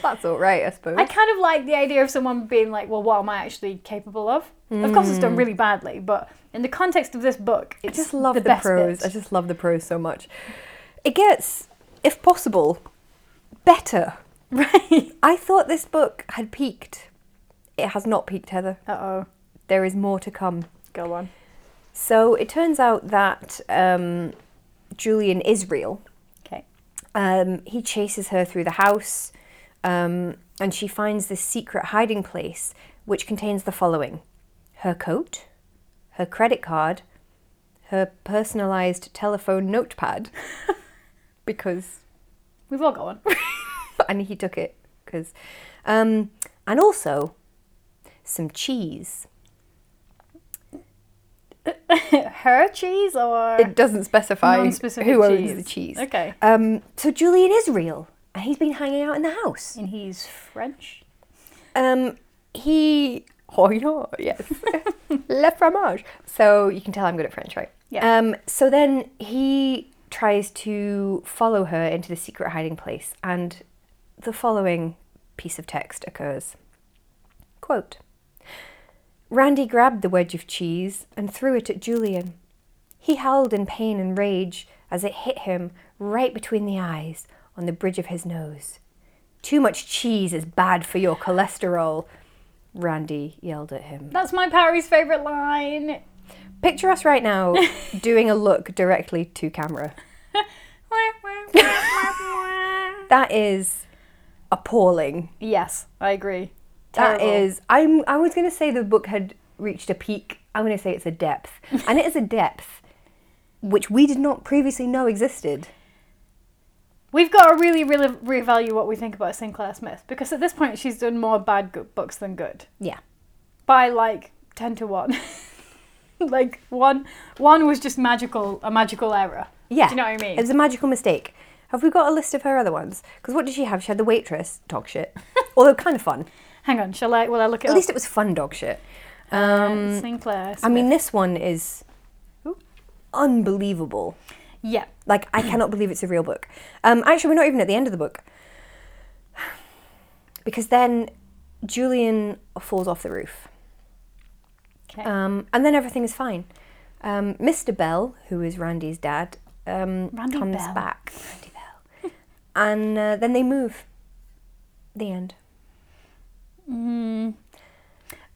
That's all right, I suppose.
I kind of like the idea of someone being like, well, what am I actually capable of? Of course, it's done really badly, but in the context of this book,
Hmm. I
it's
just love the,
best
prose.
bit.
I just love the prose so much. It gets, if possible, better.
Right.
I thought this book had peaked. It has not peaked, Heather.
Uh oh.
There is more to come.
Go on.
So it turns out that um, Julian is real.
Okay.
Um, he chases her through the house, um, and she finds this secret hiding place which contains the following her coat, her credit card, her personalized telephone notepad, because
We've all got one.
and he took it because, um, and also some cheese.
Her cheese or
It doesn't specify
Non-specific
who owns the
cheese.
cheese.
Okay.
Um, so Julian is real, and he's been hanging out in the house.
and he's French.
Um, he. Oh yeah, yes. Le fromage. So you can tell I'm good at French, right?
Yeah.
Um, so then he tries to follow her into the secret hiding place, and the following piece of text occurs. Quote. Randy grabbed the wedge of cheese and threw it at Julian. He howled in pain and rage as it hit him right between the eyes on the bridge of his nose. Too much cheese is bad for your cholesterol, Randy yelled at him.
That's my Parry's favourite line.
Picture us right now doing a look directly to camera. That is appalling.
yes, I agree.
That is I'm I was gonna say the book had reached a peak. I'm gonna say it's a depth. and it is a depth which we did not previously know existed.
We've got to really, really reevaluate what we think about Sinclair Smith because at this point she's done more bad good books than good
Yeah.
by like ten to one. like one, one was just magical, a magical error.
Yeah.
Do you know what I mean?
It was a magical mistake. Have we got a list of her other ones? Because what did she have? She had the waitress, dog shit. Although kind of fun.
Hang on, shall I? Will I look it
At
up?
least it was fun dog shit.
Sinclair.
I mean, this one is
Ooh.
unbelievable.
Smith. Yeah.
Like, I cannot believe it's a real book. Um, actually, we're not even at the end of the book. Because then Julian falls off the roof.
Okay.
Um, and then everything is fine. Um, Mr. Bell, who is Randy's dad, um,
Randy
comes
Bell.
back. Randy Bell. and uh, then they move. The end.
Mm.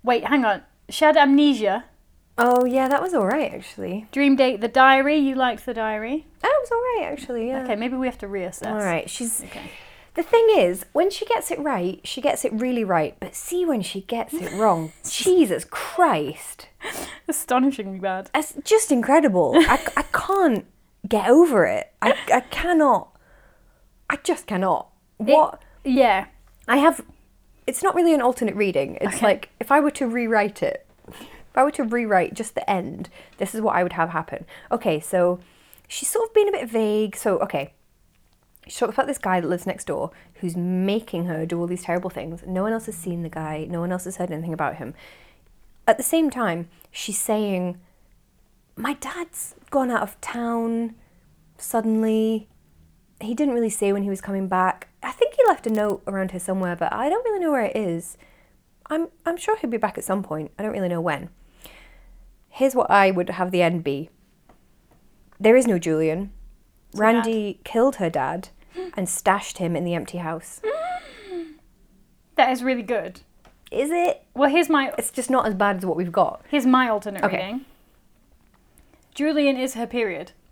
Wait, hang on. Shed Amnesia,
Oh, yeah, that was all right, actually.
Dream Date, The Diary. You liked The Diary.
That was all right, actually, yeah.
Okay, maybe we have to reassess.
All right, she's.
Okay.
The thing is, when she gets it right, she gets it really right. But see, when she gets it wrong, Jesus Christ,
Astonishingly bad.
it's just incredible. I, I can't get over it. I, I cannot. I just cannot. What
Yeah.
I have, it's not really an alternate reading. It's like if I were to rewrite it, if I were to rewrite just the end, this is what I would have happen. Okay, so she's sort of been a bit vague. So okay, she talks about this guy that lives next door who's making her do all these terrible things. No one else has seen the guy. No one else has heard anything about him. At the same time, she's saying, "My dad's gone out of town suddenly." he didn't really say when he was coming back. I think he left a note around here somewhere, but I don't really know where it is. I'm I'm sure he'll be back at some point. I don't really know when. Here's what I would have the end be. There is no Julian. Randy killed her dad and stashed him in the empty house.
That is really good.
Is it?
Well, here's my
It's just not as bad as what we've got.
here's my alternate
Okay.
reading. Julian is her period.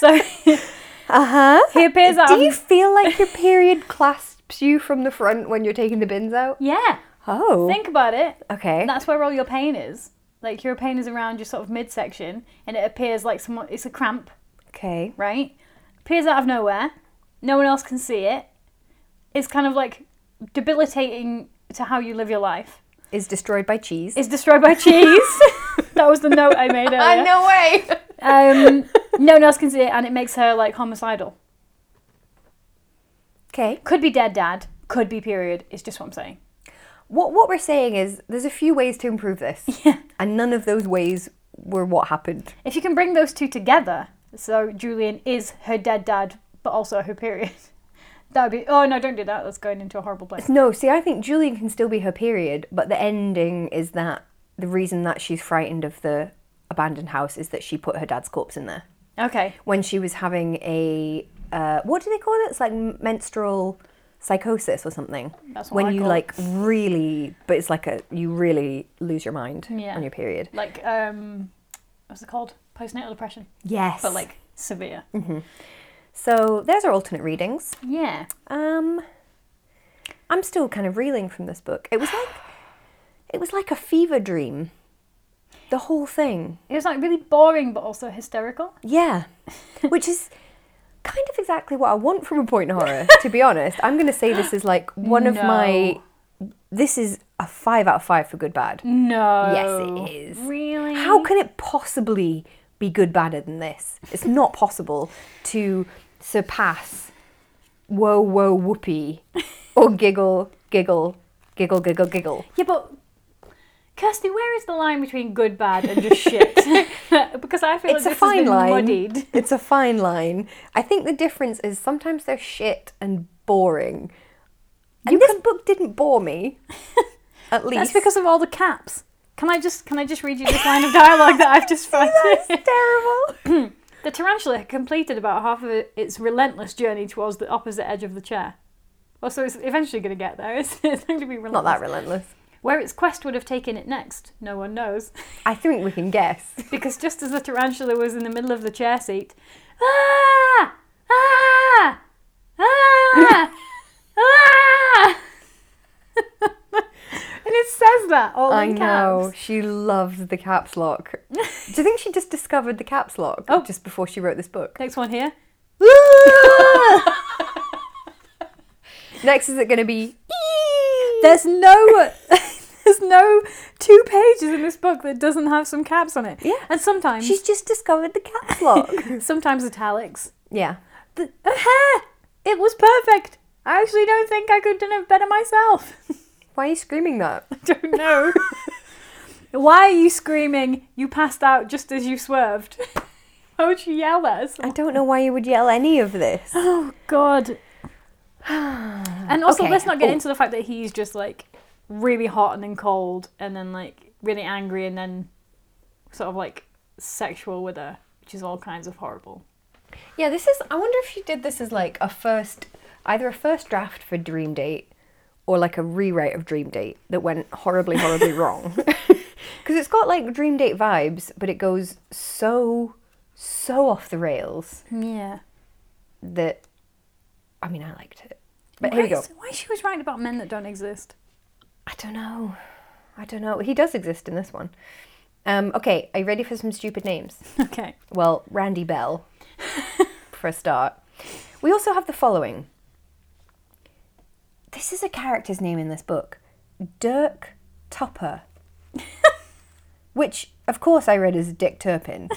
so
Uh huh.
he appears out.
Do
of-
you feel like your period clasps you from the front when you're taking the bins out?
yeah.
Oh.
Think about it.
okay.
That's where all your pain is. Like your pain is around your sort of midsection, and it appears like someone. It's a cramp,
Okay.
right? Appears out of nowhere. No one else can see it. It's kind of like debilitating to how you live your life.
Is destroyed by cheese.
Is destroyed by cheese. that was the note I made earlier.
no way.
Um, no one else can see it, and it makes her like homicidal.
Okay.
Could be dead dad. Could be period. It's just what I'm saying.
What what we're saying is there's a few ways to improve this.
Yeah.
And none of those ways were what happened.
If you can bring those two together, so Julian is her dead dad, but also her period. That would be. Oh no! Don't do that. That's going into a horrible place.
No, see I think Julian can still be her period, but the ending is that the reason that she's frightened of the abandoned house is that she put her dad's corpse in there
Okay.
when she was having a uh, what do they call it? It's like menstrual psychosis or something.
That's what
when
I
you
call it.
like really but it's like a you really lose your mind
Yeah.
on your period.
Like um, what's it called? Postnatal depression,
Yes.
but like severe.
so there's our alternate readings.
Yeah.
Um, I'm still kind of reeling from this book. It was like, it was like a fever dream. The whole thing,
It was like really boring, but also hysterical.
yeah, which is kind of exactly what I want from a point horror. to be honest, I'm going to say this is like one of my. This is a five out of five for good bad.
No.
Yes, it is.
Oh, Really?
How can it possibly be good badder than this? It's not possible to surpass whoa whoa whoopee or giggle giggle giggle giggle giggle.
Yeah, but Kirsty, where is the line between good, bad, and just shit? because I feel
It's a
like this has
fine
been
line.
muddied.
It's a fine line. I think the difference is sometimes they're shit and boring. And this book didn't bore me. At least
That's because of all the caps. Can I just can I just read you this line of dialogue that I've just found?
it's terrible.
the tarantula had completed about half of it- its relentless journey towards the opposite edge of the chair. Well, so it's eventually going to get there. It's, it's going to be relentless.
Not that relentless.
Where its quest would have taken it next, no one knows.
I think we can guess.
because just as the tarantula was in the middle of the chair seat, ah, ah, ah, ah, and it says that all
I
in
know.
caps.
She loves the caps lock. Do you think she just discovered the caps lock
Oh.
just before she wrote this book?
Next one here.
Next, is it going to be?
There's no, there's no two pages in this book that doesn't have some caps on it.
Yeah.
and sometimes
She's just discovered the caps lock.
sometimes italics.
yeah.
The, Ah, it was perfect. I actually don't think I could have done it better myself.
Why are you screaming that?
don't know. Why are you screaming? You passed out just as you swerved. Why would you yell at us?
I don't know why you would yell any of this.
Oh God. and also,
Okay.
let's not get
Oh.
into the fact that he's just like really hot and then cold, and then like really angry, and then sort of like sexual with her, which is all kinds of horrible.
Yeah, this is. I wonder if you did this as like a first, either a first draft for Dream Date, or like a rewrite of Dream Date that went horribly, horribly wrong. Because it's got like Dream Date vibes, but it goes so, so off the rails
Yeah.
that, I mean, I liked it. But here we go.
Why is she always writing about men that don't exist?
I don't know. I don't know. He does exist in this one. Um, okay, are you ready for some stupid names?
Okay.
Well, Randy Bell, for a start. We also have the following. This is a character's name in this book Dirk Tupper, which, of course, I read as Dick Turpin.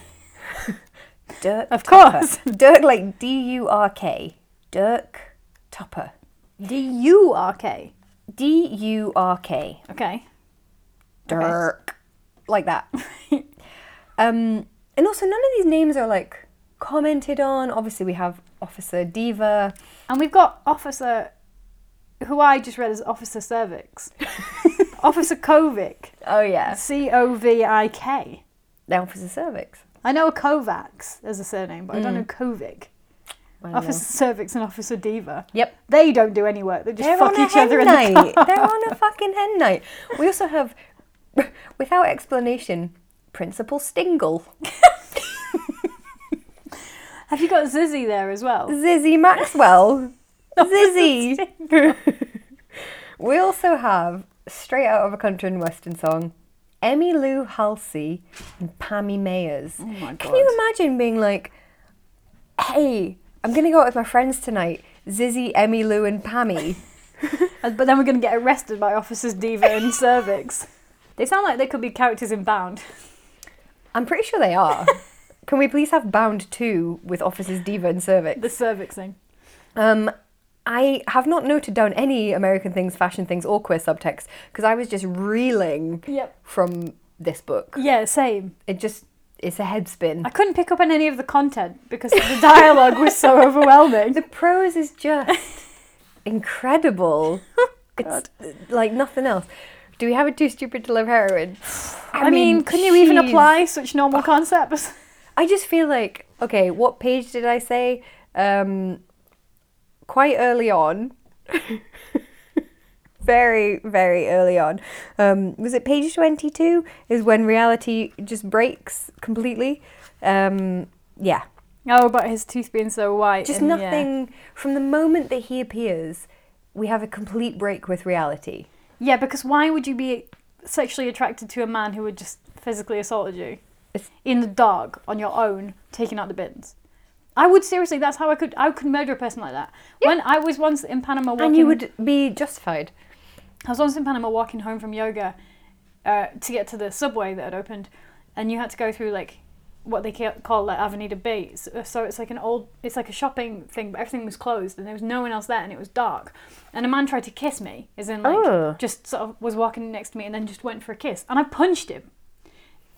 Dirk
Of
Tupper.
course.
Dirk, like D U R K. Dirk Tupper.
D U R K.
D U R K.
Okay.
Dirk. Like that. um, and also, none of these names are like commented on. Obviously, we have Officer Diva.
And we've got Officer, who I just read as Officer Cervix, Officer Kovic,
Oh, yeah.
C O V I K.
The Officer Cervix.
I know a Kovacs as a surname, but I
Hmm.
don't know Kovic.
Well, no.
Officer Cervix and Officer Diva.
Yep.
They don't do any work. They just
They're
fuck
on a
each other
hen
in the
night.
car.
They're on a fucking hen night. We also have, without explanation, Principal Stingle.
Have you got Zizzy there as well?
Zizzy Maxwell. Zizzy. we also have straight out of a country and western song, Emmy Lou Halsey and Pammy Mayers. Oh
my
Can you imagine being like, hey, I'm gonna go out with my friends tonight. Zizzy, Emmy Lou and Pammy.
Uh, But then we're going to get arrested by Officers Diva and Cervix. They sound like they could be characters in Bound.
I'm pretty sure they are. Can we please have Bound 2 with Officers Diva and Cervix?
The Cervix thing.
Um, I have not noted down any American things, fashion things, or queer subtext because I was just reeling
Yep.
from this book.
Yeah, same.
It just it's a head spin.
I couldn't pick up on any of the content because the dialogue was so overwhelming.
The prose is just incredible.
Oh,
It's uh, like nothing else. Do we have a too stupid to love heroine?
I, mean, couldn't you even
jeez.
apply such
Oh.
normal concepts?
I just feel like okay, what page did I say? Um, quite early on, very very early on. Um, was it page twenty two? Is when reality just breaks completely. Um, yeah,
Oh, about his teeth being so white.
just
and yeah.
nothing from the moment that he appears. We have a complete break with reality.
Yeah, because why would you be sexually attracted to a man who had just physically assaulted you
It's-
in the dark on your own, taking out the bins? I would seriously. That's how I could. I could murder a person like that. When I was once in Panama, walking,
And you would be justified.
I was once in Panama walking home from yoga uh, to get to the subway that had opened, and you had to go through like what they ca- call like Avenida B. So, so it's like an old, it's like a shopping thing, but everything was closed and there was no one else there and it was dark. And a man tried to kiss me, as in like
Oh.
just sort of was walking next to me and then just went for a kiss, and I punched him.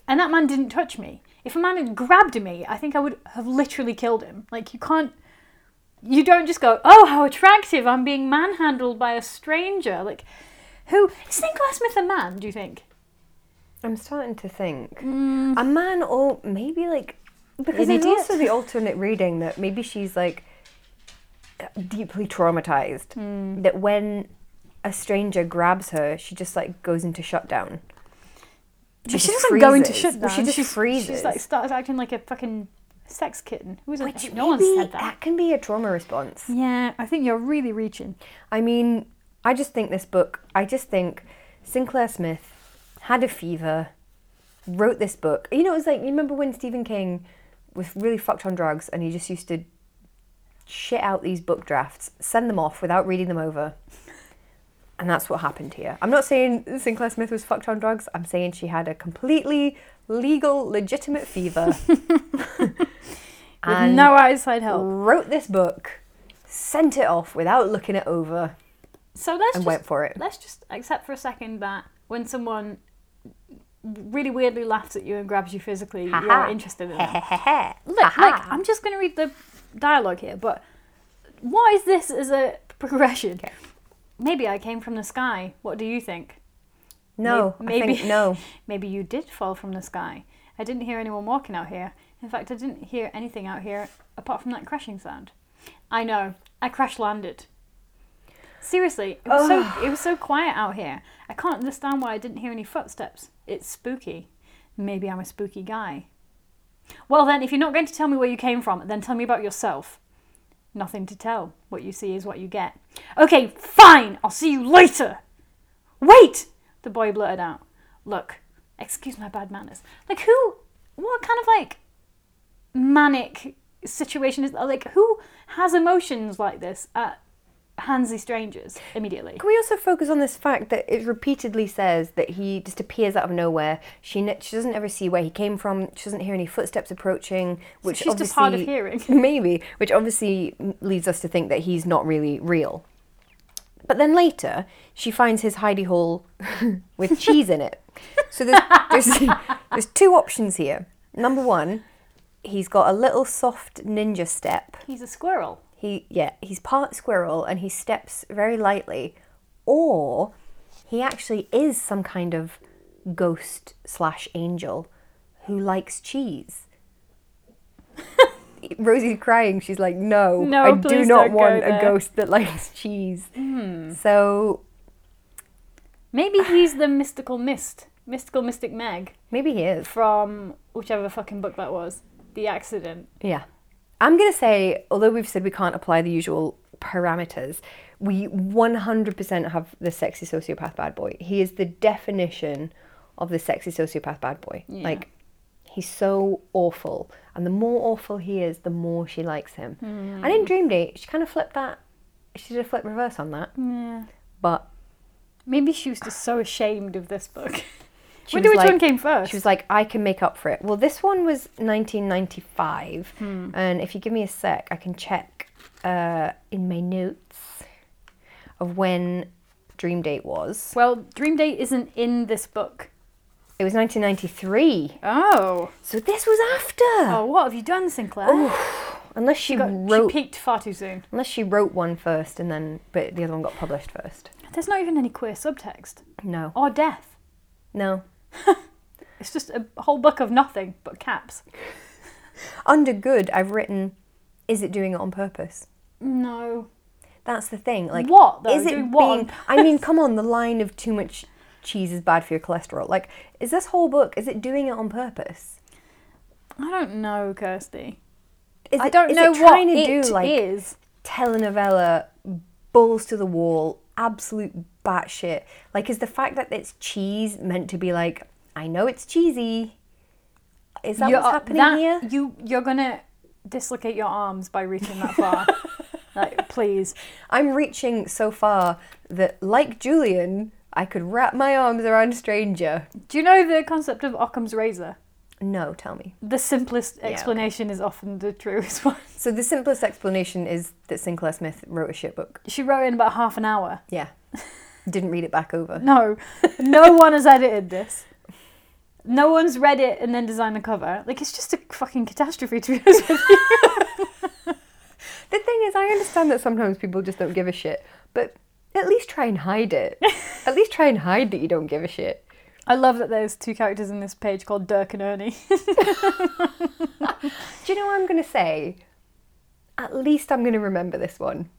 And that man didn't touch me. If a man had grabbed me, I think I would have literally killed him. Like you can't you don't just go, oh, how attractive, I'm being manhandled by a stranger. Like, who is Nicholas Smith a man, do you think?
I'm starting to think a man, or maybe like because
An
there's
idiot?
also the alternate reading that maybe she's like deeply traumatized that when a stranger grabs her, she just like goes into shutdown.
She,
just
doesn't go into
freezes.
shutdown.
Well, she just
she's,
freezes.
She's like starts acting like a fucking sex kitten. Who is it?
Which
No one said that.
that can be a trauma response.
Yeah, I think you're really reaching.
I mean, I just think this book, I just think Sinclair Smith had a fever, wrote this book. You know, it was like, you remember when Stephen King was really fucked on drugs and he just used to shit out these book drafts, send them off without reading them over. And that's what happened here. I'm not saying Sinclair Smith was fucked on drugs. I'm saying she had a completely legal, legitimate fever.
With
And-
no outside help.
wrote this book, sent it off without looking it over,
So let's
and
just
went for it.
let's just accept for a second that when someone really weirdly laughs at you and grabs you physically,
Ha
you're
ha.
interested in them.
Look,
Look, like I'm just going to read the dialogue here, but what is this as a progression?
Okay.
Maybe I came from the sky. What do you think?
no,
May- maybe
I think no.
Maybe you did fall from the sky. I didn't hear anyone walking out here. In fact, I didn't hear anything out here apart from that crashing sound. I know. I crash landed. Seriously, it was so it was so quiet out here. I can't understand why I didn't hear any footsteps. It's spooky. Maybe I'm a spooky guy. Well then, if you're not going to tell me where you came from, then tell me about yourself. Nothing to tell. What you see is what you get. Okay, fine. I'll see you later. Wait! The boy blurted out. Look, excuse my bad manners. Like, who, what kind of like manic situation is Like, who has emotions like this at handsy strangers immediately?
Can we also focus on this fact that it repeatedly says that he just appears out of nowhere? She ne- she doesn't ever see where he came from. She doesn't hear any footsteps approaching, which
she's
obviously
just hard of hearing.
maybe, which obviously leads us to think that he's not really real. But then later, she finds his hidey hole with cheese in it. So there's, there's, there's two options here. Number one, he's got a little soft ninja step.
He's a squirrel.
He yeah, he's part squirrel and he steps very lightly, or he actually is some kind of ghost slash angel who likes cheese. Rosie's crying. She's like, "No,
No,
I do
please
not
don't go
want a
there." Hmm.
ghost that likes cheese." So
Maybe he's the mystical mist, mystical mystic Meg
maybe he is.
from whichever fucking book that was, The Accident.
Yeah. I'm going to say, although we've said we can't apply the usual parameters, we 100% have the sexy sociopath bad boy. He is the definition of the sexy sociopath bad boy. Like, he's so awful. And the more awful he is, the more she likes him. And in Dream Date, she kind of flipped that. She did a flip reverse on that.
Yeah.
But
Maybe she was just so ashamed of this book.
She
Wonder
was
which
like-
one came first.
She was like, I can make up for it. Well, this one was 1995, and if you give me a sec, I can check uh, in my notes of when Dream Date was.
Well, Dream Date isn't in this book.
It was 1993,
Oh.
so this was after.
Oh, what have you done, Sinclair?
unless she,
Got-
wrote,
She peaked far too soon.
unless she wrote one first, and then but the other one got published first.
There's not even any queer subtext
No,
or death.
no.
It's just a whole book of nothing but caps.
Under good, I've written, is it doing it on purpose?
No.
That's the thing. Like
What, though?
Is it
Doing what on
being? I mean, come on. The line of too much cheese is bad for your cholesterol. Like, is this whole book? Is it doing it on purpose?
I don't know, Kirsty.
Is
I
it-
don't
is
know
it
what
trying to
it
do like
is.
telenovela, balls to the wall, absolute batshit. Like, is the fact that it's cheese meant to be like? I know it's cheesy. Is that
You're-
what's happening
that-
here?
You, you're going to dislocate your arms by reaching that far. like, please.
I'm reaching so far that, like Julian, I could wrap my arms around a stranger.
Do you know the concept of Occam's razor?
No, tell me.
The simplest
okay.
explanation is often the truest one.
So the simplest explanation is that Sinclair Smith wrote a shit book.
She wrote in about half an hour.
Yeah. Didn't read it back over.
No, no one has edited this. No one's read it and then designed the cover. Like it's just a fucking catastrophe to be honest with you.
The thing is, I understand that sometimes people just don't give a shit, but at least try and hide it. at least try and hide that you don't give a shit.
I love that there's two characters in this page called Dirk and Ernie.
Do you know what I'm going to say? At least I'm going to remember this one.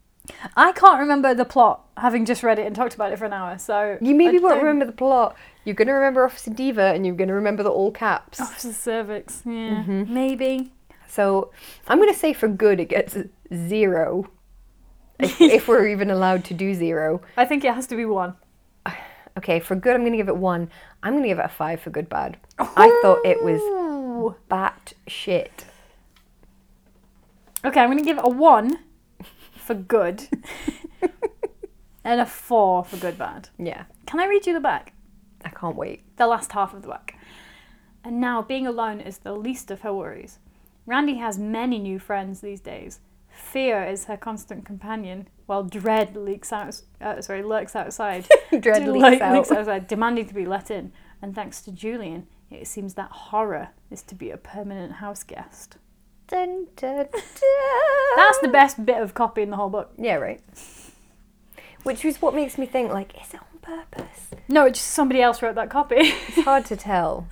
I can't remember the plot, having just read it and talked about it for an hour. So
You maybe
I
won't
don't-
remember the plot. You're going to remember Officer Diva and you're going to remember the all caps.
Officer cervix. Yeah,
Mm-hmm.
maybe.
So I'm going to say for good it gets zero. if, if we're even allowed to do zero.
I think it has to be one.
Okay, for good, I'm going to give it one. I'm going to give it a five for good bad. I thought it was
Ooh.
bat shit.
Okay, I'm gonna give it a one for good, and a four for good bad.
Yeah,
Can I read you the back?
I can't wait.
the last half of the book. And now being alone is the least of her worries. Randy has many new friends these days. Fear is her constant companion, while dread leaks out. Uh, sorry, lurks outside.
Dread
Delight
leaks out.
outside, demanding to be let in. and thanks to Julian, it seems that horror is to be a permanent house guest.
Dun, dun, dun.
That's the best bit of copy in the whole book.
yeah, right. Which is what makes me think, like, is it on purpose?
No, it's just somebody else wrote that copy.
It's hard to tell.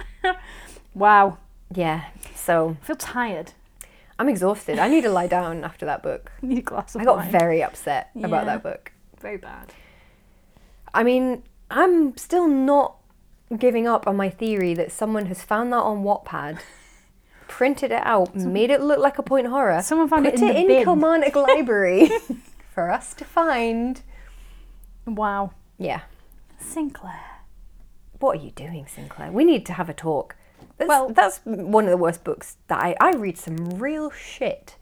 wow.
Yeah, so
I feel tired.
I'm exhausted. I need to lie down after that book.
Need a glass of
I got
wine.
very upset
Yeah.
about that book.
very bad.
I mean, I'm still not giving up on my theory that someone has found that on Wattpad, printed it out, made it look like a point horror.
Someone found
put
it in the
in
bin.
Kilmarnock Library for us to find.
Wow.
Yeah.
Sinclair.
What are you doing, Sinclair? We need to have a talk. That's,
Well-
well, that's one of the worst books that I, I read some real shit.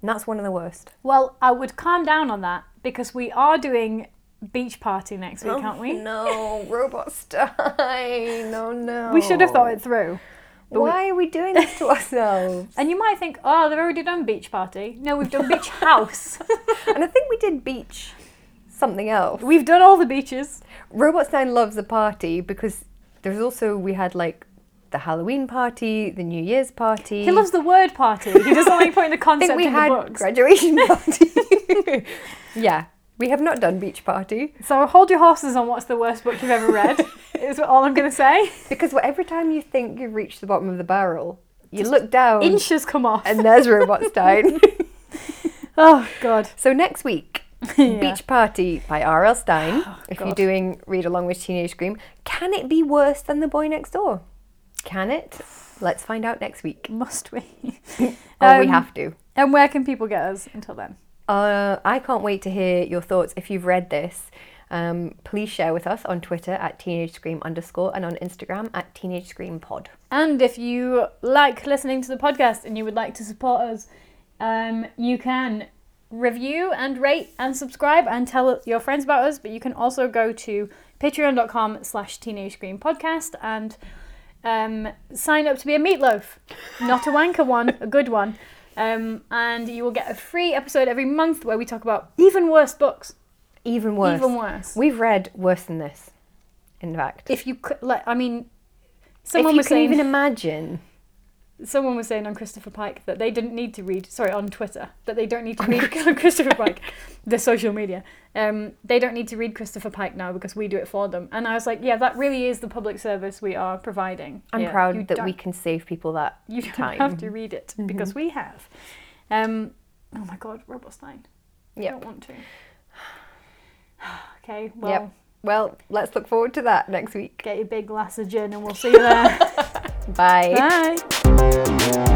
And that's one of the worst.
Well, I would calm down on that because we are doing beach party next week, aren't Oh, we?
Oh, No, Robot Stein. No, no.
We should have thought it through.
Why are we doing this to ourselves?
And you might think, oh, they've already done beach party. No, we've done beach house.
and I think we did beach something else.
we've done all the beaches.
Robot Stein loves a party because there's also we had like the Halloween party, the New Year's party.
He loves the word party. He doesn't like putting the
I
concept
think we
in
had
the books.
graduation party. yeah, we have not done beach party
So hold your horses on what's the worst book you've ever read. is all I'm going to say.
because what- every time you think you've reached the bottom of the barrel, you look down
Inches come off.
and there's Robot Stein.
oh God.
so next week.
Yeah. Oh,
Beach Party by R.L. Stein. if you're
God.
doing read along with Teenage Scream, can it be worse than The Boy Next Door? Can it? Let's find out next week.
Must we?
Or we
Um,
have to.
And where can people get us until then?
Uh, I can't wait to hear your thoughts. If you've read this, um, please share with us on Twitter at teenage scream underscore and on Instagram at teenage scream pod.
And if you like listening to the podcast and you would like to support us, um, you can review and rate and subscribe and tell your friends about us. But you can also go to patreon.com slash teenage green podcast and um, sign up to be a meatloaf. Not a wanker one, a good one. Um, and you will get a free episode every month where we talk about even worse books.
Even worse.
Even worse.
We've read worse than this, in fact.
If you could, like, I mean,
if
someone
you
was
can
saying.
even imagine.
someone was saying on Christopher Pike that they didn't need to read sorry on Twitter that they don't need to read on Christopher Pike the social media um, they don't need to read Christopher Pike now because we do it for them and I was like yeah that really is the public service we are providing
I'm
here. You
proud that we
don't-
can save people that
you don't
time. Mm-hmm.
have to read it because we have um, oh my god Robostein I
Yep.
don't want to okay well
Well, let's look forward to that next week.
get your big glass of gin and we'll see you there
Bye.
bye